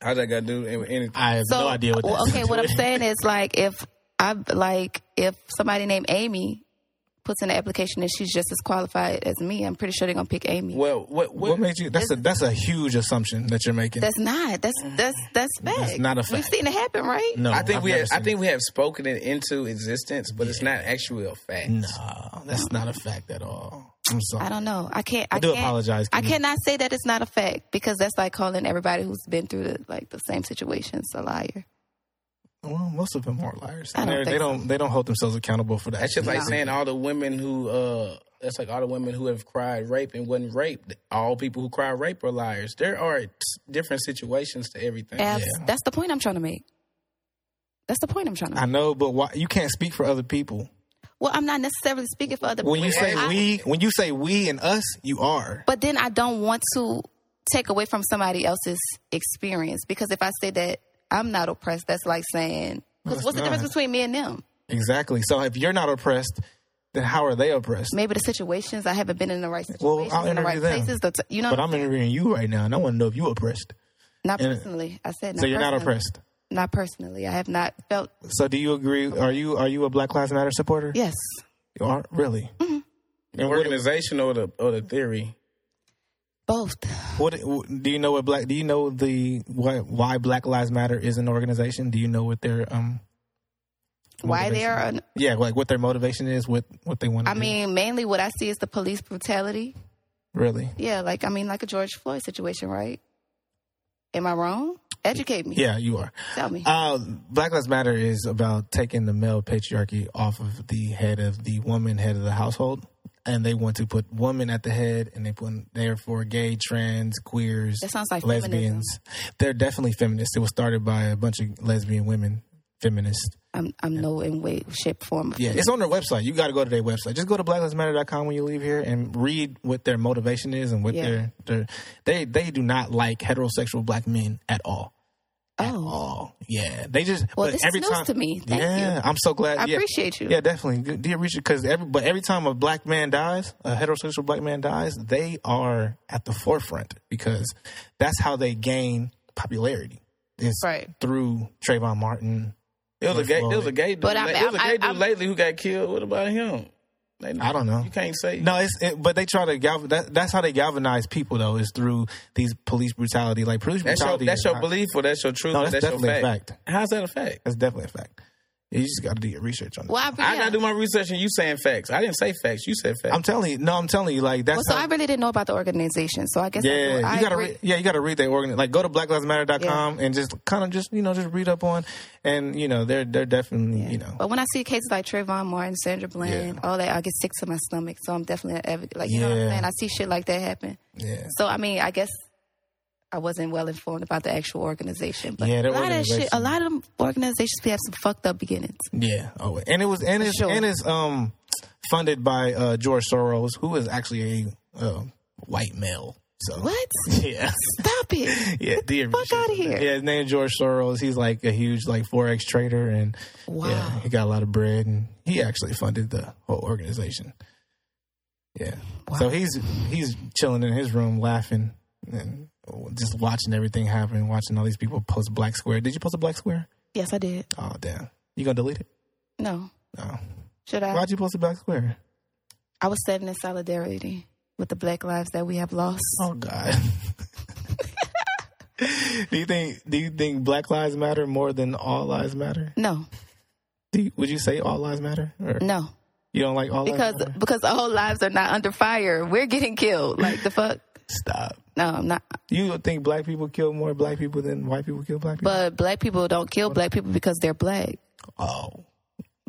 Speaker 2: How's that got to do with anything?
Speaker 3: I have no idea what that
Speaker 4: well,
Speaker 3: has
Speaker 4: okay,
Speaker 3: to do
Speaker 4: what I'm
Speaker 3: with-
Speaker 4: saying is like if I like if somebody named Amy puts in an application and she's just as qualified as me, I'm pretty sure they're gonna pick Amy.
Speaker 2: Well, what, what,
Speaker 3: What made you? That's a that's a huge assumption that you're making.
Speaker 4: That's not. That's that's that's fact.
Speaker 3: Mm. not a
Speaker 4: We've
Speaker 3: fact.
Speaker 4: seen it happen, right?
Speaker 3: no,
Speaker 2: I think
Speaker 3: I've
Speaker 2: we
Speaker 3: never
Speaker 2: have, I
Speaker 3: seen
Speaker 2: think we have spoken it into existence, but it's not actually a fact.
Speaker 3: it. no, that's not a fact at all. I'm sorry.
Speaker 4: I don't know. I can't. I,
Speaker 3: do
Speaker 4: can't-
Speaker 3: apologize,
Speaker 4: I
Speaker 3: Kimmy.
Speaker 4: cannot say that it's not a fact because that's like calling everybody who's been through the, like the same situations a liar.
Speaker 3: well, most of them are liars.
Speaker 4: I don't
Speaker 3: They're- they
Speaker 4: think so.
Speaker 3: don't. They don't hold themselves accountable for that.
Speaker 2: That's just like
Speaker 4: No.
Speaker 2: saying all the women who uh that's like all the women who have cried rape and wasn't raped. All people who cry rape are liars. There are s- different situations to everything.
Speaker 4: Abs- That's the point I'm trying to make. That's the point I'm trying to.
Speaker 3: I
Speaker 4: make.
Speaker 3: know, but why you can't speak for other people.
Speaker 4: well, I'm not necessarily speaking for other
Speaker 3: When you
Speaker 4: people.
Speaker 3: say
Speaker 4: I-
Speaker 3: we, when you say we and us, you are.
Speaker 4: but then I don't want to take away from somebody else's experience because if I say that I'm not oppressed, that's like saying because
Speaker 3: that's
Speaker 4: what's the
Speaker 3: not.
Speaker 4: difference between me and them?
Speaker 3: Exactly. So if you're not oppressed, then how are they oppressed?
Speaker 4: Maybe the situations I haven't been in the right
Speaker 3: Well,
Speaker 4: situations,
Speaker 3: I'll
Speaker 4: in the right
Speaker 3: interview them.
Speaker 4: places. The t- you know,
Speaker 3: But I'm interviewing you right now, and I want to know if you oppressed.
Speaker 4: not
Speaker 3: and-
Speaker 4: personally. I said not
Speaker 3: So you're not
Speaker 4: personally.
Speaker 3: oppressed.
Speaker 4: Not personally. I have not felt.
Speaker 3: So do you agree? Are you are you a Black Lives Matter supporter?
Speaker 4: Yes,
Speaker 3: You are really.
Speaker 4: Mm-hmm.
Speaker 2: The organization or the or the theory.
Speaker 4: both.
Speaker 3: What do you know? What black? Do you know the why, why Black Lives Matter is an organization? Do you know what their um?
Speaker 4: Why they are? An,
Speaker 3: Yeah, like what their motivation is, what what they want. to
Speaker 4: I
Speaker 3: do.
Speaker 4: mean, mainly what I see is the police brutality.
Speaker 3: really?
Speaker 4: Yeah, like I mean, like a George Floyd situation, right? Am I wrong? Educate me.
Speaker 3: Yeah, you are.
Speaker 4: Tell me.
Speaker 3: Uh, Black Lives Matter is about taking the male patriarchy off of the head of the woman, head of the household, and they want to put woman at the head, and they put therefore gay, trans, queers,
Speaker 4: That sounds like
Speaker 3: lesbians. They're definitely feminists. It was started by a bunch of lesbian women, feminists.
Speaker 4: I'm I'm no in way, shape, form.
Speaker 3: Yeah, it's on their website. You got to go to their website. Just go to blacklivesmatter.com when you leave here and read what their motivation is and what
Speaker 4: Yeah.
Speaker 3: their their they they do not like heterosexual black men at all. At
Speaker 4: Oh.
Speaker 3: all. Yeah. They just
Speaker 4: Well,
Speaker 3: but
Speaker 4: this is
Speaker 3: every
Speaker 4: news
Speaker 3: time
Speaker 4: to me. Thank
Speaker 3: yeah,
Speaker 4: you.
Speaker 3: I'm so glad.
Speaker 4: I
Speaker 3: yeah.
Speaker 4: appreciate you.
Speaker 3: Yeah, definitely. Good- Dear Richard, because every but every time a black man dies, a heterosexual black man dies, they are at the forefront because that's how they gain popularity. Is
Speaker 4: Right.
Speaker 3: through Trayvon Martin.
Speaker 2: There was a
Speaker 3: George
Speaker 2: gay there was a
Speaker 3: Floyd.
Speaker 2: gay dude,
Speaker 4: But I'm-
Speaker 2: la- there was a
Speaker 4: I'm-
Speaker 2: gay dude
Speaker 4: I'm-
Speaker 2: lately who got killed. What about him? They-
Speaker 3: I don't know.
Speaker 2: You can't say
Speaker 3: No, it's it, but they try to galvan. That, that's how they galvanize people though is through these police brutality. Like police
Speaker 2: That's your
Speaker 3: brutality.
Speaker 2: that's
Speaker 3: is
Speaker 2: your
Speaker 3: not-
Speaker 2: belief or that's your truth.
Speaker 3: No,
Speaker 2: or
Speaker 3: that's,
Speaker 2: your
Speaker 3: definitely a fact.
Speaker 2: How's that a fact?
Speaker 3: That's definitely a fact. You just got to do your research on it.
Speaker 4: Well, I, yeah.
Speaker 2: I gotta do my research and you saying facts. I didn't say facts. You said facts.
Speaker 3: I'm telling you. No, I'm telling you. Like that's
Speaker 4: well, so
Speaker 3: how-
Speaker 4: I really didn't know about the organization, so I guess I
Speaker 3: yeah,
Speaker 4: do- I,
Speaker 3: you gotta
Speaker 4: agree.
Speaker 3: read, yeah, you gotta read their organ. Like go to blacklivesmatter.com and just kind of just you know just read up on, and you know they're they're definitely you know
Speaker 4: But when I see cases like Trayvon Martin, Sandra Bland, all that, I get sick to my stomach. So I'm definitely an advocate. Like you know what I'm
Speaker 3: Yeah.
Speaker 4: saying? I see shit like that happen.
Speaker 3: yeah.
Speaker 4: So I mean, I guess I wasn't well informed about the actual organization. But
Speaker 3: Yeah,
Speaker 4: a
Speaker 3: their
Speaker 4: lot of shit, a
Speaker 3: organization. Mm.
Speaker 4: lot of them organizations they have some fucked up beginnings.
Speaker 3: Yeah. Oh, and it was and it's
Speaker 4: sure.
Speaker 3: and it's um funded by uh, George Soros, who is actually a uh, white male. So
Speaker 4: What?
Speaker 3: Yeah,
Speaker 4: Stop it.
Speaker 3: yeah. The
Speaker 4: fuck outta here.
Speaker 3: Yeah, his name is George Soros. He's like a huge like forex trader, and
Speaker 4: Wow.
Speaker 3: yeah, he got a lot of bread, and he actually funded the whole organization. Yeah. So he's he's chilling in his room, laughing and just watching everything happen, watching all these people post black square. Did you post a black square?
Speaker 4: Yes, I did.
Speaker 3: Oh damn. You gonna delete it?
Speaker 4: No.
Speaker 3: No.
Speaker 4: Should I?
Speaker 3: Why'd you post a black square?
Speaker 4: I was standing in solidarity with the black lives that we have lost.
Speaker 3: Oh
Speaker 2: Mm.
Speaker 3: God. do you think do you think black lives matter more than all lives matter?
Speaker 4: No,
Speaker 3: Do you, would you say all lives matter? Or
Speaker 4: no.
Speaker 3: you don't like all
Speaker 4: Because
Speaker 3: lives matter?
Speaker 4: because our whole lives are not under fire. We're getting killed. Like the fuck?
Speaker 3: Stop.
Speaker 4: No, I'm not.
Speaker 3: You don't think black people kill more black people than white people kill black people?
Speaker 4: But black people don't kill black people because they're black.
Speaker 3: oh.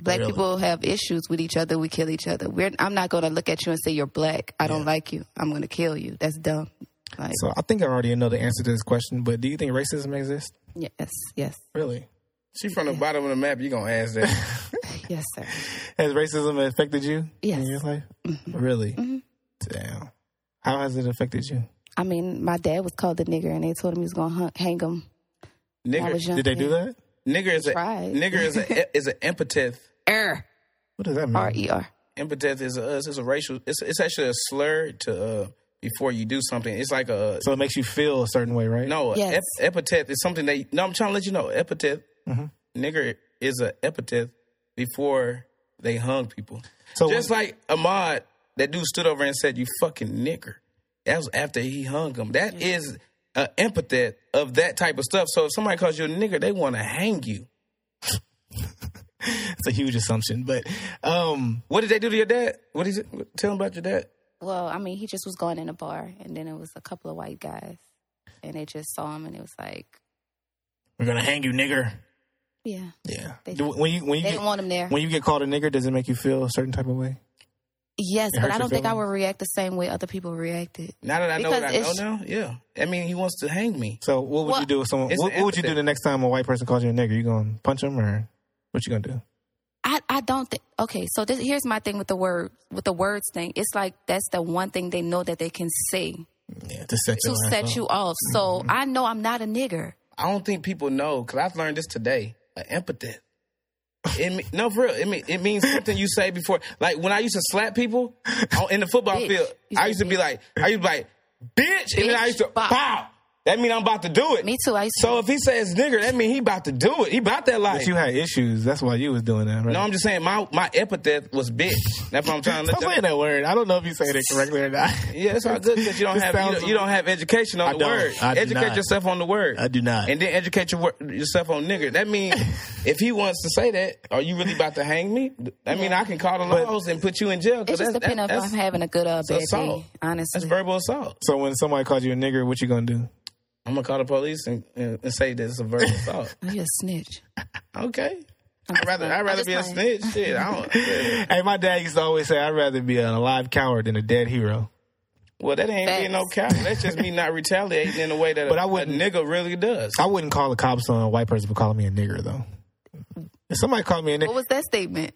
Speaker 4: Black
Speaker 3: Really?
Speaker 4: people have issues with each other. We kill each other. We're, I'm not going to look at you and say you're black. I don't like you. I'm going to kill you. That's dumb. Like
Speaker 3: So I think I already know the answer to this question, but do you think racism exists?
Speaker 4: yes, yes,
Speaker 3: Really?
Speaker 2: She from the bottom of the map. You gonna ask that?
Speaker 4: yes, sir.
Speaker 3: Has racism affected you
Speaker 4: Yes.
Speaker 3: in your life? Really? Damn. How has it affected you?
Speaker 4: I mean, my dad was called a nigger, and they told him he was going to hang him. I
Speaker 2: nigger,
Speaker 4: was young.
Speaker 3: Did they do that?
Speaker 2: nigger is a
Speaker 4: Tried.
Speaker 2: nigger is a is an epithet.
Speaker 4: Er,
Speaker 3: What does that mean?
Speaker 4: R E R.
Speaker 2: Epithet is a it's a racial. It's it's actually a slur to uh, before you do something. It's like a
Speaker 3: So it makes you feel a certain way, right?
Speaker 2: No,
Speaker 4: Yes.
Speaker 2: ep- epithet is something that. No, I'm trying to let you know. Epithet,
Speaker 3: Mm-hmm.
Speaker 2: nigger is a epithet before they hung people.
Speaker 3: So
Speaker 2: Just
Speaker 3: when-
Speaker 2: like Ahmad, that dude stood over and said, "You fucking nigger." That was after he hung him. That is an epithet of that type of stuff. So if somebody calls you a nigger, they want to hang you.
Speaker 3: it's a huge assumption, but um,
Speaker 2: What did they do to your dad? What is it? Tell him about your dad.
Speaker 4: Well, I mean, he just was going in a bar, and then it was a couple of white guys, and they just saw him, and it was like,
Speaker 3: we're gonna hang you, nigger.
Speaker 4: yeah,
Speaker 3: Yeah.
Speaker 4: They-
Speaker 3: Do- when you when you get,
Speaker 4: they didn't want him there.
Speaker 3: when you get called a nigger, does it make you feel a certain type of way?
Speaker 4: Yes, but
Speaker 3: hurt
Speaker 4: I
Speaker 3: your
Speaker 4: don't think I
Speaker 3: feelings?
Speaker 4: would react the same way other people reacted.
Speaker 2: Now that I know what I know
Speaker 4: Because
Speaker 2: now, yeah. I mean, he wants to hang me.
Speaker 3: So what would
Speaker 4: Well,
Speaker 3: you do if someone?
Speaker 2: it's
Speaker 3: What,
Speaker 2: an
Speaker 3: what would you do
Speaker 2: empathy.
Speaker 3: the next time a white person calls you a nigger? You gonna punch them or what you gonna do?
Speaker 4: I, I don't think okay so this here's my thing with the word with the words thing it's like that's the one thing they know that they can say
Speaker 3: Yeah, to set
Speaker 4: to set you off so
Speaker 2: Mm-hmm.
Speaker 4: i know i'm not a nigger
Speaker 2: I don't think people know because I've learned this today. An empathet. It me- no, for real. It, mean, it means something you say before. Like when I used to slap people on, in the football
Speaker 4: Bitch.
Speaker 2: field,
Speaker 4: You
Speaker 2: I
Speaker 4: said
Speaker 2: used to be like, I used to be like, bitch, and then I
Speaker 4: Bitch,
Speaker 2: used to
Speaker 4: bop.
Speaker 2: pow. That mean I'm about to do it.
Speaker 4: me too i used to
Speaker 2: So if he says nigger, that mean he about to do it. He about that life.
Speaker 3: But you had issues. That's why you was doing that, right?
Speaker 2: no, I'm just saying my my epithet was bitch. That's what I'm trying to.
Speaker 3: Stop saying that word. I don't know if you saying it correctly or not.
Speaker 2: Yeah, it's all good because you don't
Speaker 3: This
Speaker 2: have you
Speaker 3: sounds-
Speaker 2: don't, you don't have education on
Speaker 3: I
Speaker 2: the
Speaker 3: don't.
Speaker 2: word.
Speaker 3: I do
Speaker 2: educate
Speaker 3: not.
Speaker 2: yourself on the word.
Speaker 3: I do not.
Speaker 2: And then educate your, wor- yourself on nigger. That means if he wants to say that, are you really about to hang me? I mean, I can call the laws and put you in jail. 'cause
Speaker 4: it just
Speaker 2: that's-
Speaker 4: depends on
Speaker 2: that-
Speaker 4: if i'm having a good or a bad
Speaker 2: assault.
Speaker 4: day honestly
Speaker 2: That's verbal assault.
Speaker 3: So when somebody calls you a nigger, what you gonna do?
Speaker 2: I'm gonna call the police and, and, and say that it's a verbal assault.
Speaker 4: you a snitch
Speaker 2: Okay. I'd rather I'd
Speaker 4: I'm
Speaker 2: rather
Speaker 4: just
Speaker 2: be a
Speaker 4: playing.
Speaker 2: snitch. Shit, I don't.
Speaker 3: Hey, my dad used to always say, "I'd rather be a live coward than a dead hero."
Speaker 2: Well, that ain't being no coward. That's just me not retaliating in the way that
Speaker 3: But
Speaker 2: a,
Speaker 3: I
Speaker 2: a
Speaker 3: wouldn't-
Speaker 2: nigga really does.
Speaker 3: I wouldn't call the cops on a white person for calling me a nigger, though. If somebody called me a
Speaker 4: what
Speaker 3: nigger,
Speaker 4: was that statement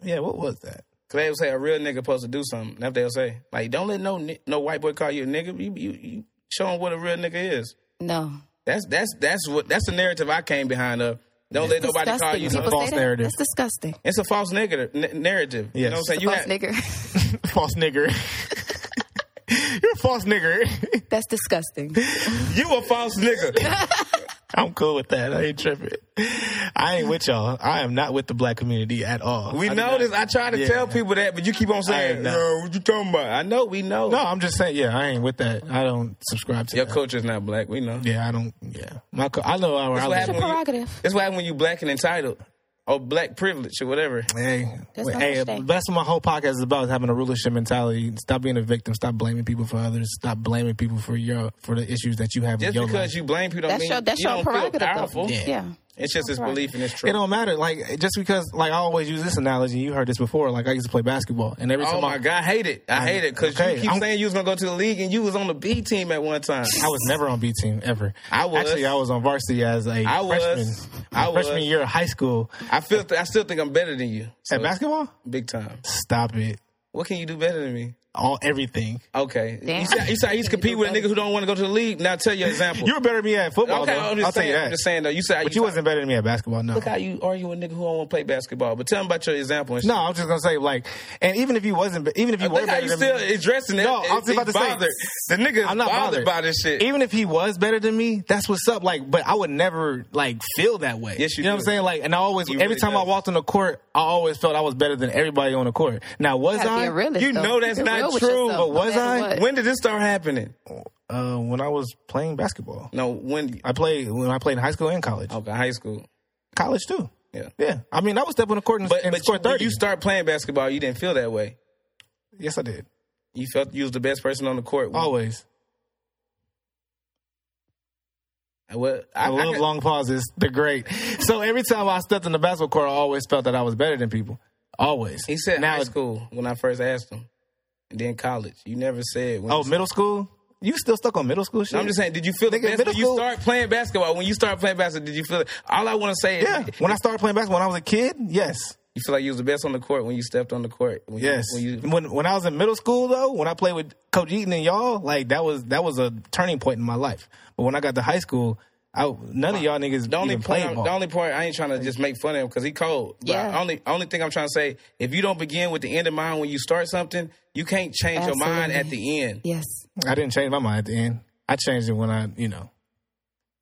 Speaker 3: yeah, what was that?
Speaker 2: Cause they would say a real nigga supposed to do something. That's what they'll say. Like, don't let no ni- no white boy call you a nigga. You, you, you show him what a real nigga is.
Speaker 4: no
Speaker 2: That's that's that's what that's the narrative I came behind of. Don't let nobody call
Speaker 4: disgusting.
Speaker 2: you.
Speaker 4: People
Speaker 2: something.
Speaker 3: False
Speaker 4: say that?
Speaker 3: narrative.
Speaker 4: that's disgusting
Speaker 2: It's a false negative n- narrative. You
Speaker 3: Yes.
Speaker 2: know what I'm saying?
Speaker 4: you
Speaker 2: You
Speaker 4: false
Speaker 2: have,
Speaker 4: nigger
Speaker 3: False nigger. You're a false nigger.
Speaker 4: that's disgusting
Speaker 2: you a false nigga.
Speaker 3: I'm cool with that. I ain't tripping. I ain't with y'all. I am not with the black community at all.
Speaker 2: We
Speaker 3: I do
Speaker 2: know
Speaker 3: not-
Speaker 2: this. I try to
Speaker 3: Yeah.
Speaker 2: tell people that, but you keep on saying,
Speaker 3: am not.
Speaker 2: "Yo, what you talking about?" I know. We know.
Speaker 3: No, I'm just saying. Yeah, I ain't with that. I don't subscribe to
Speaker 2: Your
Speaker 3: that.
Speaker 2: culture's not black. We know.
Speaker 3: Yeah, I don't. Yeah, my. Co- I know where I
Speaker 2: what
Speaker 3: live.
Speaker 2: happened.
Speaker 4: prerogative
Speaker 2: That's why when you black and entitled or black privilege or whatever.
Speaker 3: Hey,
Speaker 4: There's
Speaker 3: wait,
Speaker 4: no
Speaker 3: hey,
Speaker 4: such thing.
Speaker 3: that's what my whole podcast is about: is having a rulership mentality. Stop being a victim. Stop blaming people for others. Stop blaming people for your for the issues that you have
Speaker 2: Just
Speaker 3: in your
Speaker 2: because
Speaker 3: life.
Speaker 2: you blame people, don't
Speaker 4: that's
Speaker 2: mean
Speaker 4: your that's
Speaker 2: you
Speaker 4: your
Speaker 2: don't feel
Speaker 4: prerogative though.
Speaker 2: powerful.
Speaker 4: yeah
Speaker 2: It's just his belief in his truth.
Speaker 3: It don't matter. Like just because, like I always use this analogy. You heard this before. Like I used to play basketball, and every
Speaker 2: Oh
Speaker 3: time
Speaker 2: my
Speaker 3: I,
Speaker 2: God, I hate it. I hate it because
Speaker 3: okay,
Speaker 2: you keep
Speaker 3: I'm-
Speaker 2: saying you was gonna go to the league and you was on the B team at one time.
Speaker 3: I was never on B team ever.
Speaker 2: I was.
Speaker 3: actually I was on varsity as a
Speaker 2: I was.
Speaker 3: freshman.
Speaker 2: I
Speaker 3: My
Speaker 2: was.
Speaker 3: freshman year of high school
Speaker 2: I feel th- I still think I'm better than you So,
Speaker 3: at basketball.
Speaker 2: Big time.
Speaker 3: Stop it.
Speaker 2: What can you do better than me?
Speaker 3: All everything.
Speaker 2: Okay, you
Speaker 4: Damn.
Speaker 2: see, you see, I used to compete with a nigga who don't want to go to the league. Now tell you an example.
Speaker 3: You were better than me at football.
Speaker 2: okay,
Speaker 3: though.
Speaker 2: I'm
Speaker 3: I'll
Speaker 2: just
Speaker 3: tell you
Speaker 2: saying.
Speaker 3: that.
Speaker 2: I'm just saying though. You said
Speaker 3: but you wasn't better than me at basketball. No.
Speaker 2: Look how you argue with a nigga who don't want to play basketball. But tell him about your example. And
Speaker 3: No, I was just gonna say like, and even if you wasn't, even if you
Speaker 2: shit.
Speaker 3: were
Speaker 2: look how
Speaker 3: better
Speaker 2: you
Speaker 3: than
Speaker 2: still
Speaker 3: me,
Speaker 2: addressing it.
Speaker 3: No, I was
Speaker 2: He's
Speaker 3: about to say,
Speaker 2: bothered. the nigga.
Speaker 3: I'm not bothered.
Speaker 2: by this shit.
Speaker 3: even if he was better than me, that's what's up. Like, but I would never like feel that way.
Speaker 2: Yes, you
Speaker 3: know
Speaker 2: do.
Speaker 3: what I'm saying. Like, and I always,
Speaker 2: You
Speaker 3: every
Speaker 2: really
Speaker 3: time
Speaker 2: do.
Speaker 3: I walked on the court, I always felt I was better than everybody on the court. Now, was
Speaker 4: gotta be
Speaker 3: I?
Speaker 4: a realist,
Speaker 2: you
Speaker 4: though.
Speaker 2: know that's
Speaker 4: Be
Speaker 2: not
Speaker 4: real with
Speaker 2: true,
Speaker 4: yourself,
Speaker 3: but
Speaker 4: no
Speaker 3: was
Speaker 4: matter
Speaker 3: I?
Speaker 4: what.
Speaker 2: when did this start happening?
Speaker 3: Uh, when I was playing basketball,
Speaker 2: No, when
Speaker 3: I played when I played in high school and college,
Speaker 2: okay, high school.
Speaker 3: college too.
Speaker 2: Yeah.
Speaker 3: Yeah, I mean, I was stepping on the court and,
Speaker 2: But
Speaker 3: and
Speaker 2: but you,
Speaker 3: scored
Speaker 2: when
Speaker 3: thirty.
Speaker 2: you start playing basketball, you didn't feel that way.
Speaker 3: yes, I did.
Speaker 2: You felt you was the best person on the court.
Speaker 3: Always.
Speaker 2: Well,
Speaker 3: I,
Speaker 2: I, I
Speaker 3: love
Speaker 2: could-
Speaker 3: long pauses. They're great. So every time I stepped in the basketball court, I always felt that I was better than people. Always.
Speaker 2: He said
Speaker 3: now,
Speaker 2: high school when I first asked him, and then college. You never said. When
Speaker 3: Oh,
Speaker 2: you-
Speaker 3: middle school? You still stuck on middle school shit?
Speaker 2: I'm just saying, did you feel the
Speaker 3: Nigga,
Speaker 2: best
Speaker 3: middle
Speaker 2: when you
Speaker 3: school-
Speaker 2: start playing basketball? When you start playing basketball, did you feel it? All I want to say is,
Speaker 3: Yeah. When I started playing basketball when I was a kid, yes.
Speaker 2: you feel like you was the best on the court when you stepped on the court. When you-
Speaker 3: Yes.
Speaker 2: when you,
Speaker 3: When when I was in middle school though, when I played with Coach Eaton and y'all, like that was that was a turning point in my life. But when I got to high school, I, none of y'all niggas
Speaker 2: the only
Speaker 3: even
Speaker 2: point,
Speaker 3: played
Speaker 2: I'm-
Speaker 3: ball.
Speaker 2: the only point, I ain't trying to just make fun of him because he cold. But
Speaker 4: Yeah.
Speaker 2: Only, only thing I'm trying to say, if you don't begin with the end in mind when you start something, you can't change your mind at
Speaker 4: Absolutely.
Speaker 2: the end.
Speaker 4: Yes.
Speaker 3: I didn't change my mind at the end. I changed it when I, you know,